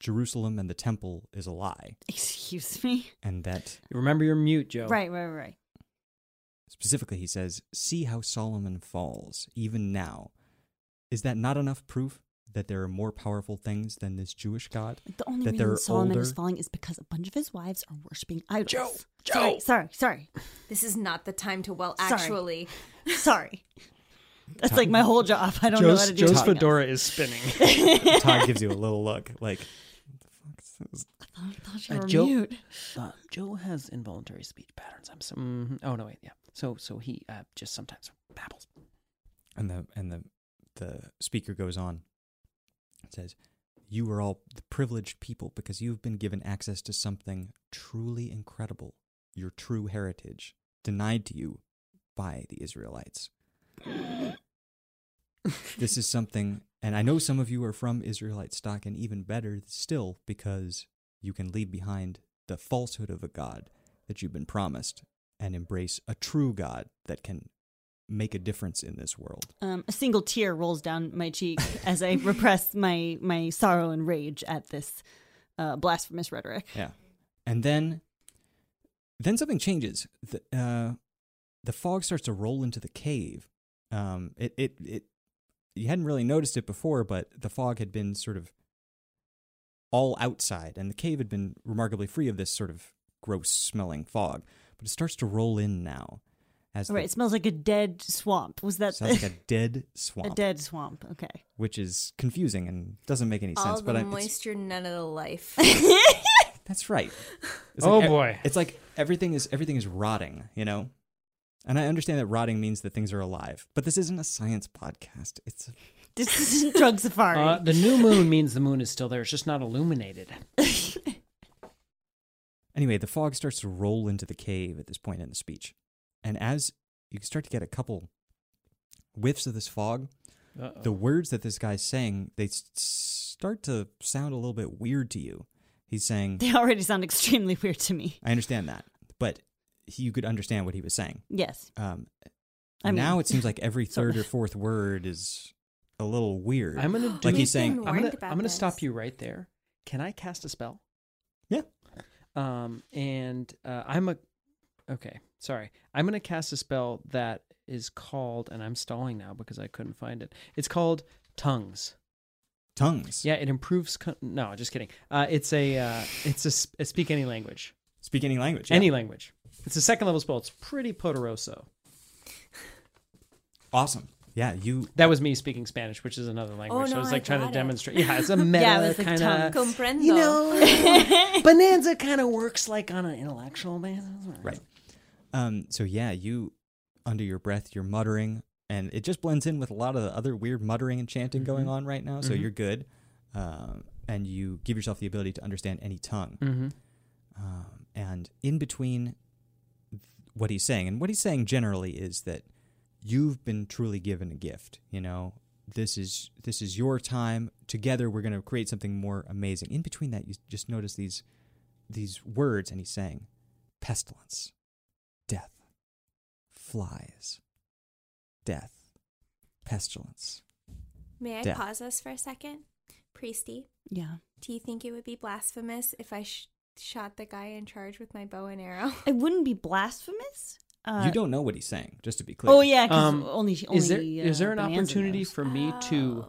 Jerusalem and the temple is a lie,
Excuse me.
and that
Remember, you're mute, Joe.
Right, right, right.
specifically he says, See how Solomon falls, even now. Is that not enough proof that there are more powerful things than this Jewish God?
Like the only
That
reason
they're
Solomon is
older.
falling is because a bunch of his wives are worshiping idols.
Joe,
Sorry,
Joe.
sorry, sorry,
this is not the time to well
Sorry.
actually.
sorry. That's like my whole job. I don't know how to do
Joe's
anything else.
fedora is spinning.
Todd gives you a little look like, "What the fuck is this?"
I thought
Uh,
you were
Joe-
mute.
uh, Joe has involuntary speech patterns. I'm so. mhm. oh no, wait, yeah. So so he uh, just sometimes babbles.
And the and the the speaker goes on and says, You are all the privileged people because you've been given access to something truly incredible, your true heritage, denied to you by the Israelites. this is something, and I know some of you are from Israelite stock, and even better still, because you can leave behind the falsehood of a God that you've been promised and embrace a true God that can make a difference in this world.
Um, a single tear rolls down my cheek as I repress my my sorrow and rage at this uh, blasphemous rhetoric.
Yeah. And then then something changes. The, uh, the fog starts to roll into the cave. Um, it, it, it, you hadn't really noticed it before, but the fog had been sort of all outside, and the cave had been remarkably free of this sort of gross smelling fog. But it starts to roll in now. As
All right, it
the,
smells like a dead swamp. Was that
sounds
the,
like a dead
a
swamp,
dead swamp? Okay.
which is confusing and doesn't make any
All
sense.
the
but I, it's-
moisture, none of the life.
That's right. It's
Oh,
e-
boy.
It's like everything is everything is rotting, you know. And I understand that rotting means that things are alive, but this isn't a science podcast. It's
This isn't drug safari.
Uh, the new moon means the moon is still there. It's just not illuminated.
anyway. The fog starts to roll into the cave at this point in the speech, and as you start to get a couple whiffs of this fog,
Uh-oh.
the words that this guy's saying they s- start to sound a little bit weird to you. He's saying,
they already sound extremely weird to me.
"I understand that," but he- you could understand what he was saying.
Yes.
Um,
I mean-
now it seems like every
Sorry.
third or fourth word is a little weird.
I'm gonna do
like he's
We've
saying,
been
I'm
warned
gonna,
about
I'm gonna
this.
stop you right there. Can I cast a spell?
Yeah.
Um, and uh, I'm a okay. Sorry, I'm gonna cast a spell that is called, and I'm stalling now because I couldn't find it. It's called tongues.
tongues.
Yeah, it improves. Con- no, just kidding. Uh, it's a uh, it's a, s- a speak any language,
Speak any language.
any
yeah.
language. It's a second level spell. It's pretty poderoso.
Awesome. Yeah, you.
That was me speaking Spanish, which is
Oh,
another language. so
no,
I was
I
like trying to
got it.
demonstrate. Yeah, it's a meta
was like
kind
tongue.
of
Comprendo.
you know, Bonanza kind of works like on an intellectual man.
Right. Um, so yeah, you under your breath, you're muttering, and it just blends in with a lot of the other weird muttering and chanting going on right now. So you're good, um, and you give yourself the ability to understand any tongue.
Mm-hmm.
Um, and in between th- what he's saying, and what he's saying generally is that you've been truly given a gift. You know, this is this is your time. Together, we're going to create something more amazing. In between that, you just notice these these words, and he's saying pestilence, death, flies, death, pestilence.
May I
Death.
pause us for a second? Priesty,
Yeah.
do you think it would be blasphemous if I sh- shot the guy in charge with my bow and arrow?
It wouldn't be blasphemous. Uh,
you don't know what he's saying, just to be clear.
Oh yeah, 'cause
Um,
only, only
is there
uh,
is there an
Bonanza
opportunity
knows.
for me to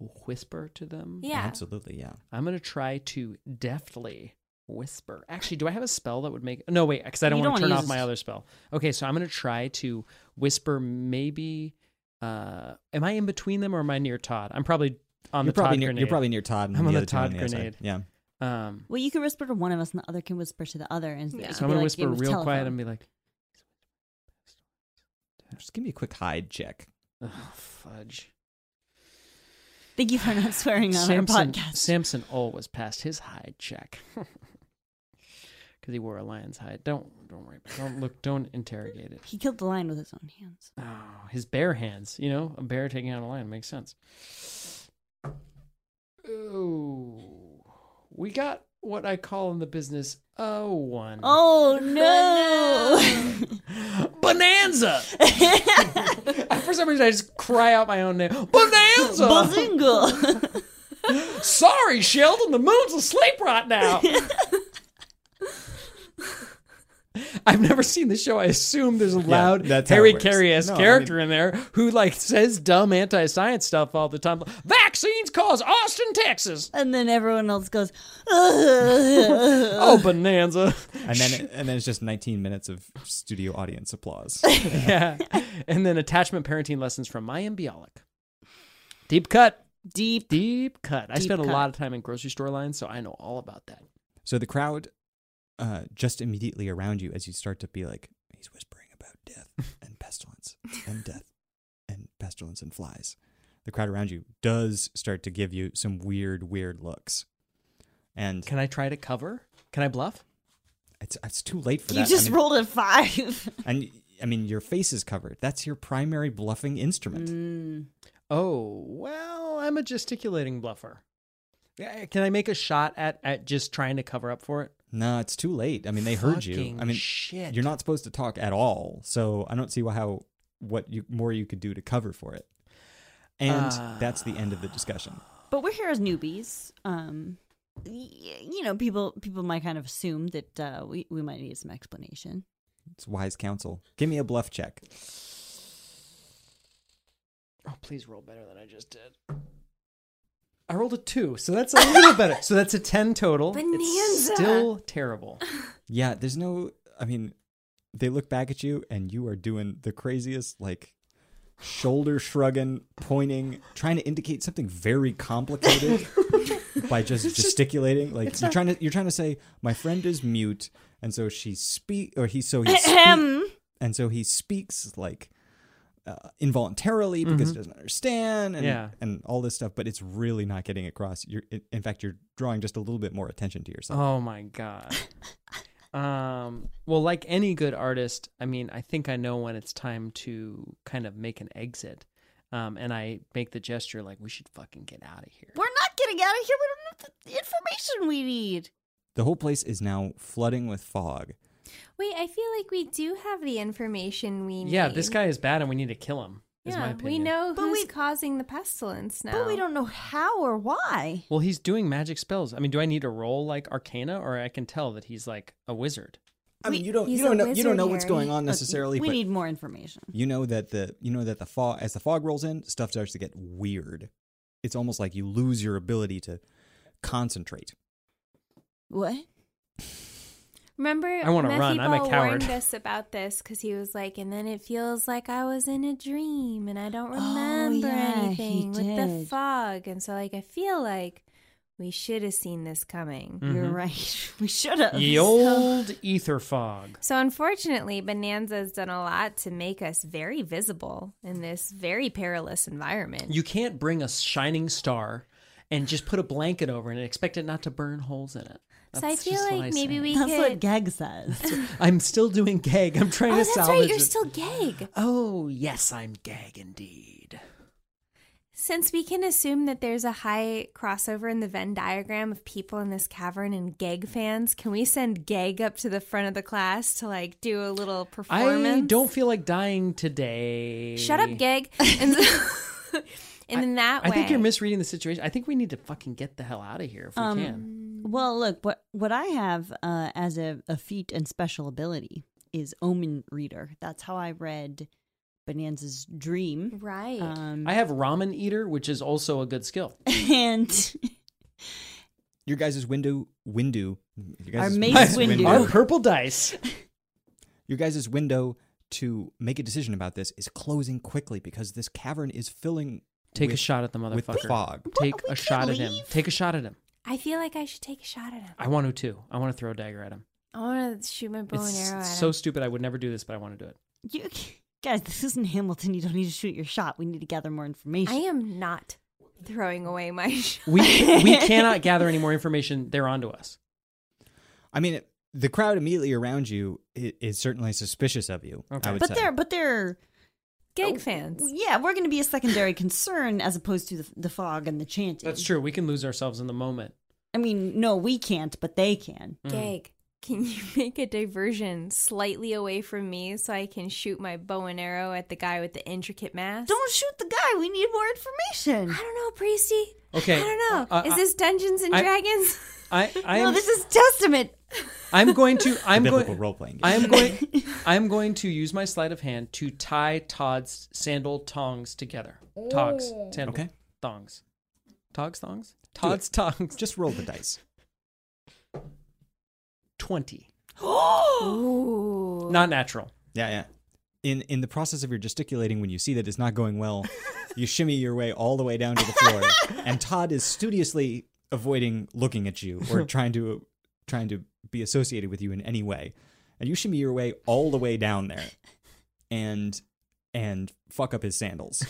Oh.
whisper to them?
Yeah.
Oh, absolutely, yeah.
I'm gonna try to deftly whisper. Actually, do I have a spell that would make? No, wait, because I don't
You
want to
don't
turn
wanna
off
use
my
this-
other spell. Okay, so I'm gonna try to whisper. Maybe, uh, am I in between them or am I near Todd? I'm probably on
you're
the
probably
Todd
near,
grenade.
you're probably near Todd. And
I'm on
the
the
other two on
Todd
the other side.
grenade.
Yeah.
Um,
Well, you can whisper to one of us, and the other can whisper to the other, and
Yeah.
it could
So
so
be
I'm gonna
like
whisper
game
real
of
quiet
telephone.
and be like,
Just give me a quick hide check.
"Oh fudge."
Thank you for not swearing on our
Samson,
podcast.
Samson always passed his hide check because he wore a lion's hide. Don't don't worry. about it. Don't look. Don't interrogate it.
he killed the lion with his own hands.
Oh, his bare hands. You know, a bear taking out a lion makes sense. Oh, we got what I call in the business a one.
Oh no!
bonanza! For some reason, I just cry out my own name. Bonanza!
Bazinga!
Sorry, Sheldon. The moon's asleep right now. I've never seen the show. I assume there's a loud
that's how it
Harry
works.
Carey esque
No, I mean-
character in there who like says dumb anti science stuff all the time. Vaccines cause Austin, Texas.
and then everyone else goes. "Ugh."
Oh, bonanza.
And then it, and then it's just 19 minutes of studio audience applause.
yeah. And then attachment parenting lessons from Mayim Bialik. Deep cut.
Deep.
Deep cut. I
Deep
spent a
cut.
lot of time in grocery store lines, so I know all about that.
so the crowd uh, just immediately around you as you start to be like he's whispering about death and pestilence and death and pestilence and flies. The crowd around you does start to give you some weird weird looks. And
Can I try to cover? Can I bluff?
it's it's too late for
You
that.
just
I mean,
rolled a five.
and I mean your face is covered. That's your primary bluffing instrument.
Mm.
Oh, well, I'm a gesticulating bluffer. Yeah, Can I make a shot at, at just trying to cover up for it?
No, it's too late. I mean, they heard you.
Fucking
I mean,
shit.
you're not supposed to talk at all. So I don't see wh- how what you more you could do to cover for it. And that's the end of the discussion.
But we're here as newbies. Um, y- you know, people people might kind of assume that uh, we we might need some explanation.
It's wise counsel. Give me a bluff check.
Oh, please roll better than I just did. I rolled a two, so that's a little better. So that's a 10 total. It's
Bonanza.
still terrible.
Yeah, there's no. I mean, they look back at you and you are doing the craziest like shoulder shrugging, pointing, trying to indicate something very complicated by just gesticulating. like you're trying to you're trying to say, "My friend is mute," and so she speak or he so he speak,
Ahem.
and so he speaks like uh, involuntarily because he doesn't understand and
Yeah.
and all this stuff but it's really not getting across you're in- in fact you're drawing just a little bit more attention to yourself
Oh my god. Um well like any good artist, I mean, I think I know when it's time to kind of make an exit. Um and I make the gesture like we should fucking get out of here.
We're not getting out of here. We don't have the information we need.
the whole place is now flooding with fog
Wait, I feel like we do have the information we need.
Yeah, this guy is bad and we need to kill him. Is my
Yeah,
opinion.
we know
But
who's
we-
causing the pestilence now.
But we don't know how or why.
Well, he's doing magic spells. I mean, do I need to roll like Arcana or I can tell that he's like a wizard?
I mean,
We-
you don't
he's
you don't know
a
you don't
wizard,
know what's
Harry.
going on
Uh,
necessarily,
we
but
need more information.
you know that the you know that the fog as the fog rolls in, stuff starts to get weird. It's almost like you lose your ability to concentrate.
What?
Remember,
I wanna run. I'm a
Mephi-Ball
coward.
warned us about this because he was like, and then it feels like I was in a
Oh,
dream and I don't remember
yeah, he
anything with the
did.
fog. And so, like, I feel like We should have seen this coming.
Mm.
You're right. We should
Uh,
have.
Mm-hmm. Ye oh. old ether fog.
So, unfortunately, Bonanza's done a lot to make us very visible in this very perilous environment.
You can't bring a shining star and just put a blanket over it and expect it not to burn holes in it.
so, I
That's
feel
just what
like
I
maybe
say.
we
That's what
could.
Gag says.
I'm still doing gag. I'm trying
oh,
to
that's
salvage.
right. You're
it.
still gag.
Oh yes, I'm gag indeed.
Since we can assume that there's a high crossover in the Venn diagram of people in this cavern and gag fans, can we send gag up to the front of the class to like do a little performance?
I don't feel like dying today.
Shut up, gag. And, so- and in that
I
way, Um,
think you're misreading the situation. I think we need to fucking get the hell out of here if we can.
Um, well, look what what I have uh, as a, a feat and special ability is Omen Reader. That's how I read Bonanza's dream.
right.
Um,
I have ramen eater, which is also a good skill.
and
Your guys' window, window, your
Our
guys'
mace window.
Our purple dice.
Your guys' window to make a decision about this is closing quickly because this cavern is filling
Take a
with-
shot at the
with
motherfucker.
fog.
Take
we
a
can't
shot at him.
leave.
Take a shot at him.
I feel like I should take a shot at him.
I want to too. I want to throw a dagger at him.
I want to shoot my bow and
it's
arrow at
so
him.
stupid. I would never do this, but I want to do it.
you guys, this isn't Hamilton. You don't need to shoot your shot. We need to gather more information.
I am not throwing away my shot.
We we cannot gather any more information. They're onto us.
I mean, it- the crowd immediately around you i- is certainly suspicious of you.
Okay.
I would
but
say.
they're but they're
Gag fans.
yeah. We're going to be a secondary concern as opposed to the, the fog and the chanting.
That's true. We can lose ourselves in the moment.
I mean, no, we can't, but they can.
Gag, can you make a diversion slightly away from me so I can shoot my bow and arrow at the guy with the intricate mask?
Don't shoot the guy. We need more
I
information.
don't know, Priesty. I
Okay.
don't know.
Uh, uh,
is this Dungeons and
I-
Dragons?
I I
No,
am
this is testament.
I'm going to I'm
biblical
going
role playing.
I am going I am going to use my sleight of hand to tie Todd's sandal tongs together. Togs.
Oh.
Sandal
Okay.
thongs. Togs thongs? Todd's tongs.
Just roll the dice.
Twenty.
Ooh.
Not natural.
Yeah, yeah. In in the process of your gesticulating, when you see that it's not going well, you shimmy your way all the way down to the floor, and Todd is studiously avoiding looking at you or trying to trying to be associated with you in any way, and you shimmy your way all the way down there, and and fuck up his sandals.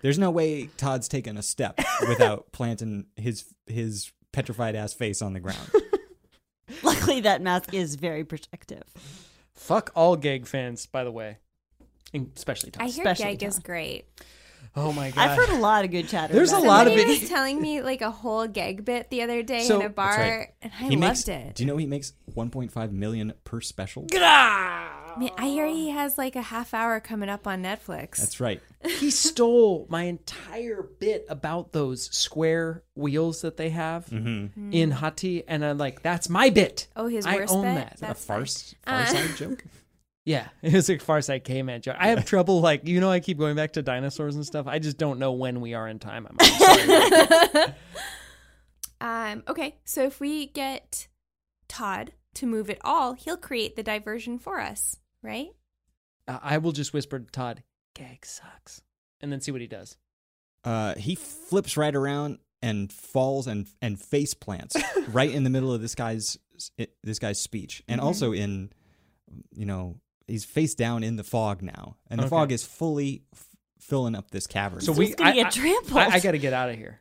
There's no way Todd's taken a step without planting his his petrified ass face on the ground.
Luckily, that mask is very protective.
Fuck all gag fans, by the way. And especially
I
Todd.
hear
Especially
Gag is
Todd.
great.
Oh my god.
I've heard a lot of good chatter.
There's
about
a lot of
Somebody
it-
was telling me like a whole gag bit the other day
So-
in a
That's
bar,
right.
and I
he
loved
makes,
it.
Do you know he makes 1.5 million per special?
I, mean, I hear he has like a half hour coming up on Netflix.
That's right.
he stole my entire bit about those square wheels that they have
Mm-hmm.
in
Mm.
Hati, and I'm like, that's my bit.
Oh, his
I
worst
own
bit?
that.
That's
a
fine.
farce,
Uh.
farce side joke.
Yeah, it was a Farside caveman joke. I have trouble, like you know, I keep going back to dinosaurs and stuff. I just don't know when we are in time. I'm sorry.
Um, okay, so if we get Todd to move at all, he'll create the diversion for us, right?
Uh, I will just whisper to Todd, "Gag sucks," and then see what he does.
Uh, he flips right around and falls and and face plants right in the middle of this guy's this guy's speech,
Mm-hmm.
and also in, you know, he's face down in the fog now, and the
Okay.
fog is fully f- filling up this cavern.
So
Someone's
we
gonna
I,
get
I-
trampled.
I, I got to get out of here.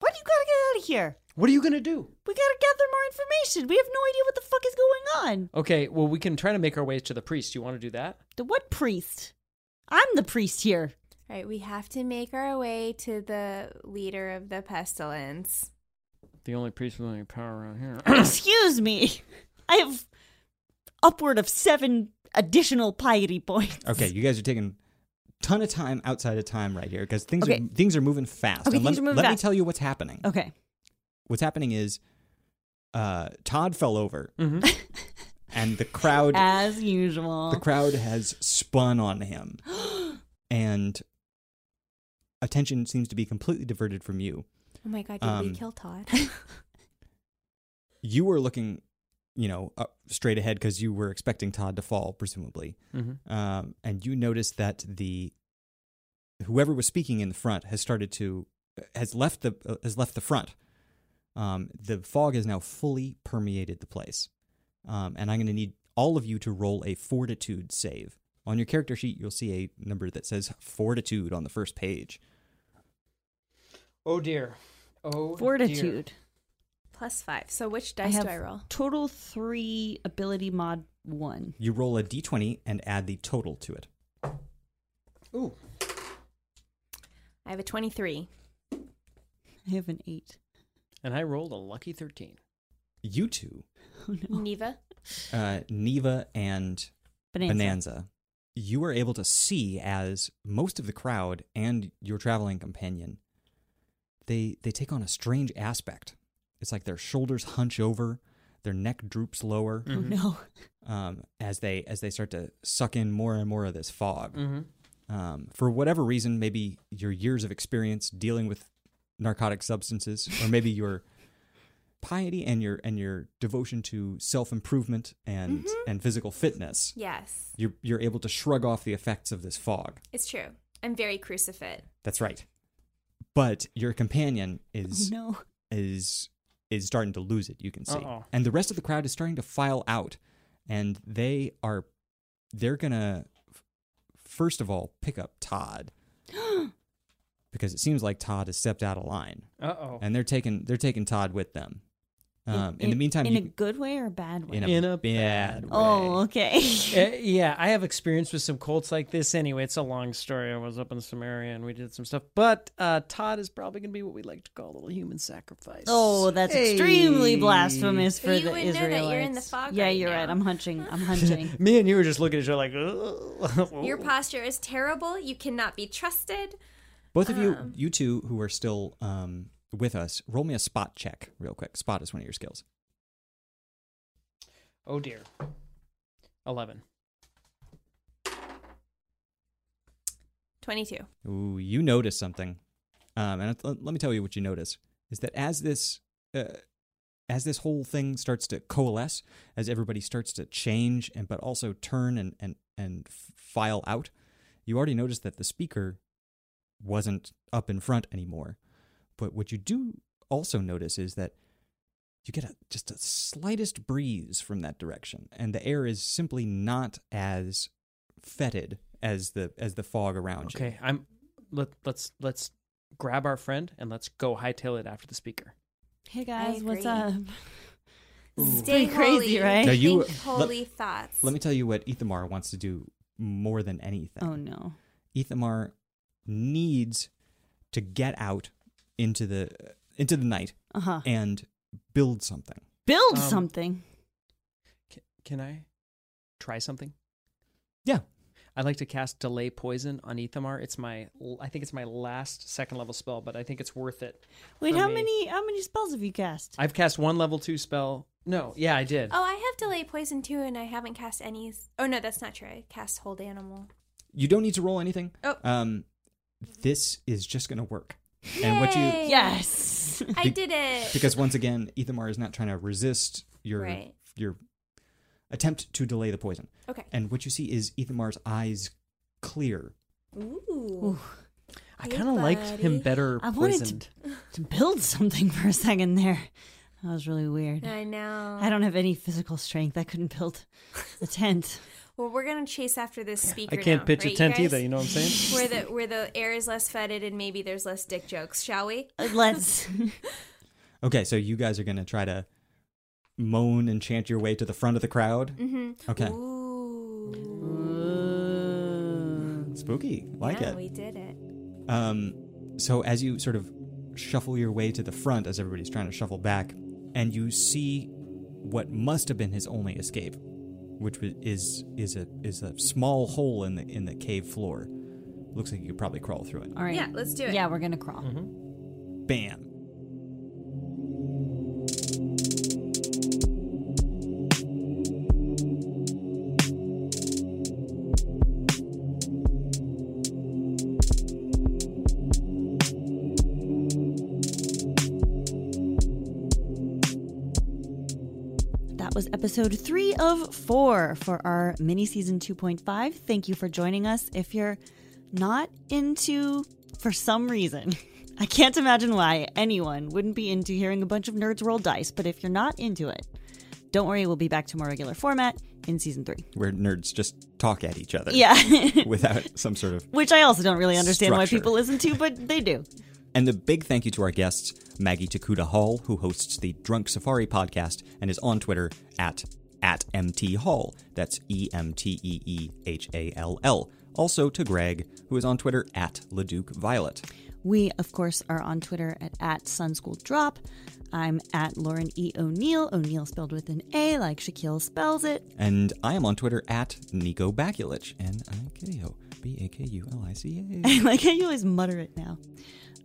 What do you gotta get out of here?
What are you gonna do?
We gotta gather more information. We have no idea what the fuck is going on.
Okay, well, we can try to make our way to the priest. You want to do that?
The what priest? I'm the priest here.
Right, we have to make our way to the leader of the pestilence.
The only priest with any power around here.
Excuse me. I have upward of seven additional piety points.
okay, you guys are taking ton of time outside of time right here because things
Okay.
are things are moving fast.
Okay,
and let,
things are moving
let me
fast.
tell you what's happening.
Okay.
What's happening is, uh, Todd fell over,
Mhm.
and the crowd
As usual.
the crowd has spun on him and attention seems to be completely diverted from you
Oh my god, did
Um,
we kill Todd?
you were looking you know up straight ahead because you were expecting todd to fall presumably
Mhm.
um, and you noticed that the whoever was speaking in the front has started to has left the uh, has left the front Um, the fog has now fully permeated the place. Um, and I'm going to need all of you to roll a fortitude save. On your character sheet, you'll see a number that says fortitude on the first page.
Oh dear. Oh
Fortitude.
Plus five. So which dice
have
do I roll?
Total three ability mod one.
You roll a d20 and add the total to it.
Dear. Ooh.
I have a 23.
I have an eight.
And I rolled a lucky thirteen.
You two,
Oh no.
Neva.
uh, Neva and
Bonanza.
Bonanza, you were able to see as most of the crowd and your traveling companion, they they take on a strange aspect. It's like their shoulders hunch over, their neck droops lower
Oh
Mm-hmm.
no.
um, as they as they start to suck in more and more of this fog.
Mm.
Mm-hmm.
Um, for whatever reason, maybe your years of experience dealing with narcotic substances, or maybe your piety and your and your devotion to self improvement and and physical fitness
Yes.
you're you're able to shrug off the effects of this fog.
It's true. I'm very crucifit.
That's right. But your companion
Oh
is
no.
is is starting to lose it, you can see.
Uh-oh.
And the rest of the crowd is starting to file out and they are they're going to first of all pick up Todd because it seems like Todd has stepped out of line
Uh oh.
and they're taking they're taking Todd with them. Um, in, the meantime,
in
you
a good way or a bad way?
in a,
In a bad
bad, way.
oh, okay.
Uh, yeah, I have experience with some colts like this anyway. It's a long story. I was up in Samaria and we did some stuff. But uh, Todd is probably going to be what we like to call a little human sacrifice.
oh, that's
Hey.
extremely blasphemous for
You
the
wouldn't know that
Israelites.
you're in the fog
yeah,
right
you're
now.
right. I'm hunching. I'm hunching.
Me and you were just looking at each other like,
Oh.
"Ugh."
Your posture is terrible. You cannot be trusted.
Both of you,
um,
you two who are still um, with us, roll me a spot check real quick. Spot is one of your skills.
oh dear. 11.
22.
Ooh, you notice something, um, and let- let me tell you what you notice is that as this uh, as this whole thing starts to coalesce, as everybody starts to change and but also turn and and and f- file out, you already notice that the speaker wasn't up in front anymore. But what you do also notice is that you get a, just a slightest breeze from that direction, and the air is simply not as fetid as the as the fog around you.
Okay, I'm. Let, let's let's grab our friend and let's go hightail it after the speaker.
hey guys, what's up?
agree.
Pretty
Stay
crazy,
holy.
right?
No, you-
Think
let-
holy thoughts.
Let me tell you what Ethamar wants to do more than anything.
Oh no.
Ethamar needs to get out into the into the night
Uh huh.
and build something.
Build
Um,
something.
Can, can I try something?
Yeah.
I like to cast delay poison on Ethamar. It's my I think it's my last second level spell, but I think it's worth it.
Wait,
for
how
me.
many how many spells have you cast?
I've cast one level two spell. No, yeah, I did.
Oh, I have delay poison too, and I haven't cast any. s- Oh no, that's not true. I cast hold animal.
You don't need to roll anything.
Oh.
Um this is just going to work. And what you
Yay!
yes.
I
Be-
did it.
because once again Ethamar is not trying to resist your
Right.
your attempt to delay the poison.
okay.
And what you see is Ethamar's eyes clear.
Ooh.
I
Hey,
kind of liked him
buddy.
better
I wanted to-
poisoned.
to build something for a second there. That was really weird.
I know.
I don't have any physical strength. I couldn't build a tent.
Well, we're gonna chase after this speaker.
I can't
now,
pitch
right,
a tent
you
either. You know what I'm saying?
where the where the air is less fetid and maybe there's less dick jokes, shall we?
Uh, Let's.
Okay, so you guys are going to try to moan and chant your way to the front of the crowd. Mm-hmm. Okay.
Ooh.
Spooky. Like
yeah,
it.
we did it.
Um, so as you sort of shuffle your way to the front, as everybody's trying to shuffle back, and you see what must have been his only escape, which wa- is is a is a small hole in the in the cave floor. Looks like you could probably crawl through it.
All right.
Yeah, let's do it.
Yeah, we're gonna crawl.
Bam.
That was episode three of four for our mini season 2.5. Thank you for joining us. If you're not into, for some reason, I can't imagine why anyone wouldn't be into hearing a bunch of nerds roll dice, but if you're not into it, don't worry, we'll be back to more regular format in season three.
where nerds just talk at each other.
Yeah.
without some sort of.
Which I also don't really understand why
Structure.
people listen to, but they do.
And the big thank you to our guests, Maggie Takuda Hall, who hosts the Drunk Safari podcast and is on Twitter at at MT Hall. That's E M T E E H A L L. Also to Greg, who is on Twitter at Leduc Violet.
We, of course, are on Twitter at, at SunschoolDrop. I'm at Lauren E. O'Neill, O'Neill spelled with an A, like Shaquille spells it.
And I am on Twitter at Nico Bakulich. N I K E O B A K U L I C A.
I like how you always mutter it now.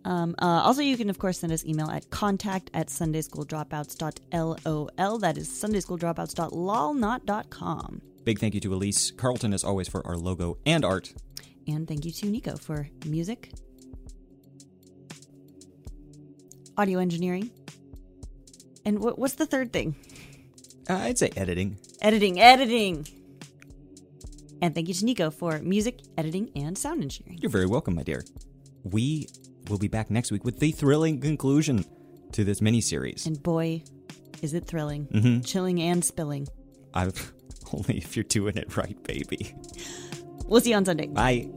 Um, uh, also, you can, of course, send us email at contact at sundaysschooldropouts.lol. That is sundaysschooldropouts.lol, not dot .com.
Big thank you to Elise Carlton, as always, for our logo and art.
And thank you to Nico for music, audio engineering, and what, what's the third thing?
Uh, I'd say editing.
Editing, editing. And thank you to Nico for music, editing, and sound engineering.
You're very welcome, my dear. We will be back next week with the thrilling conclusion to this miniseries.
And boy, is it thrilling,
Mhm.
chilling, and spilling.
I only if you're doing it right, baby.
We'll see you on Sunday.
Bye.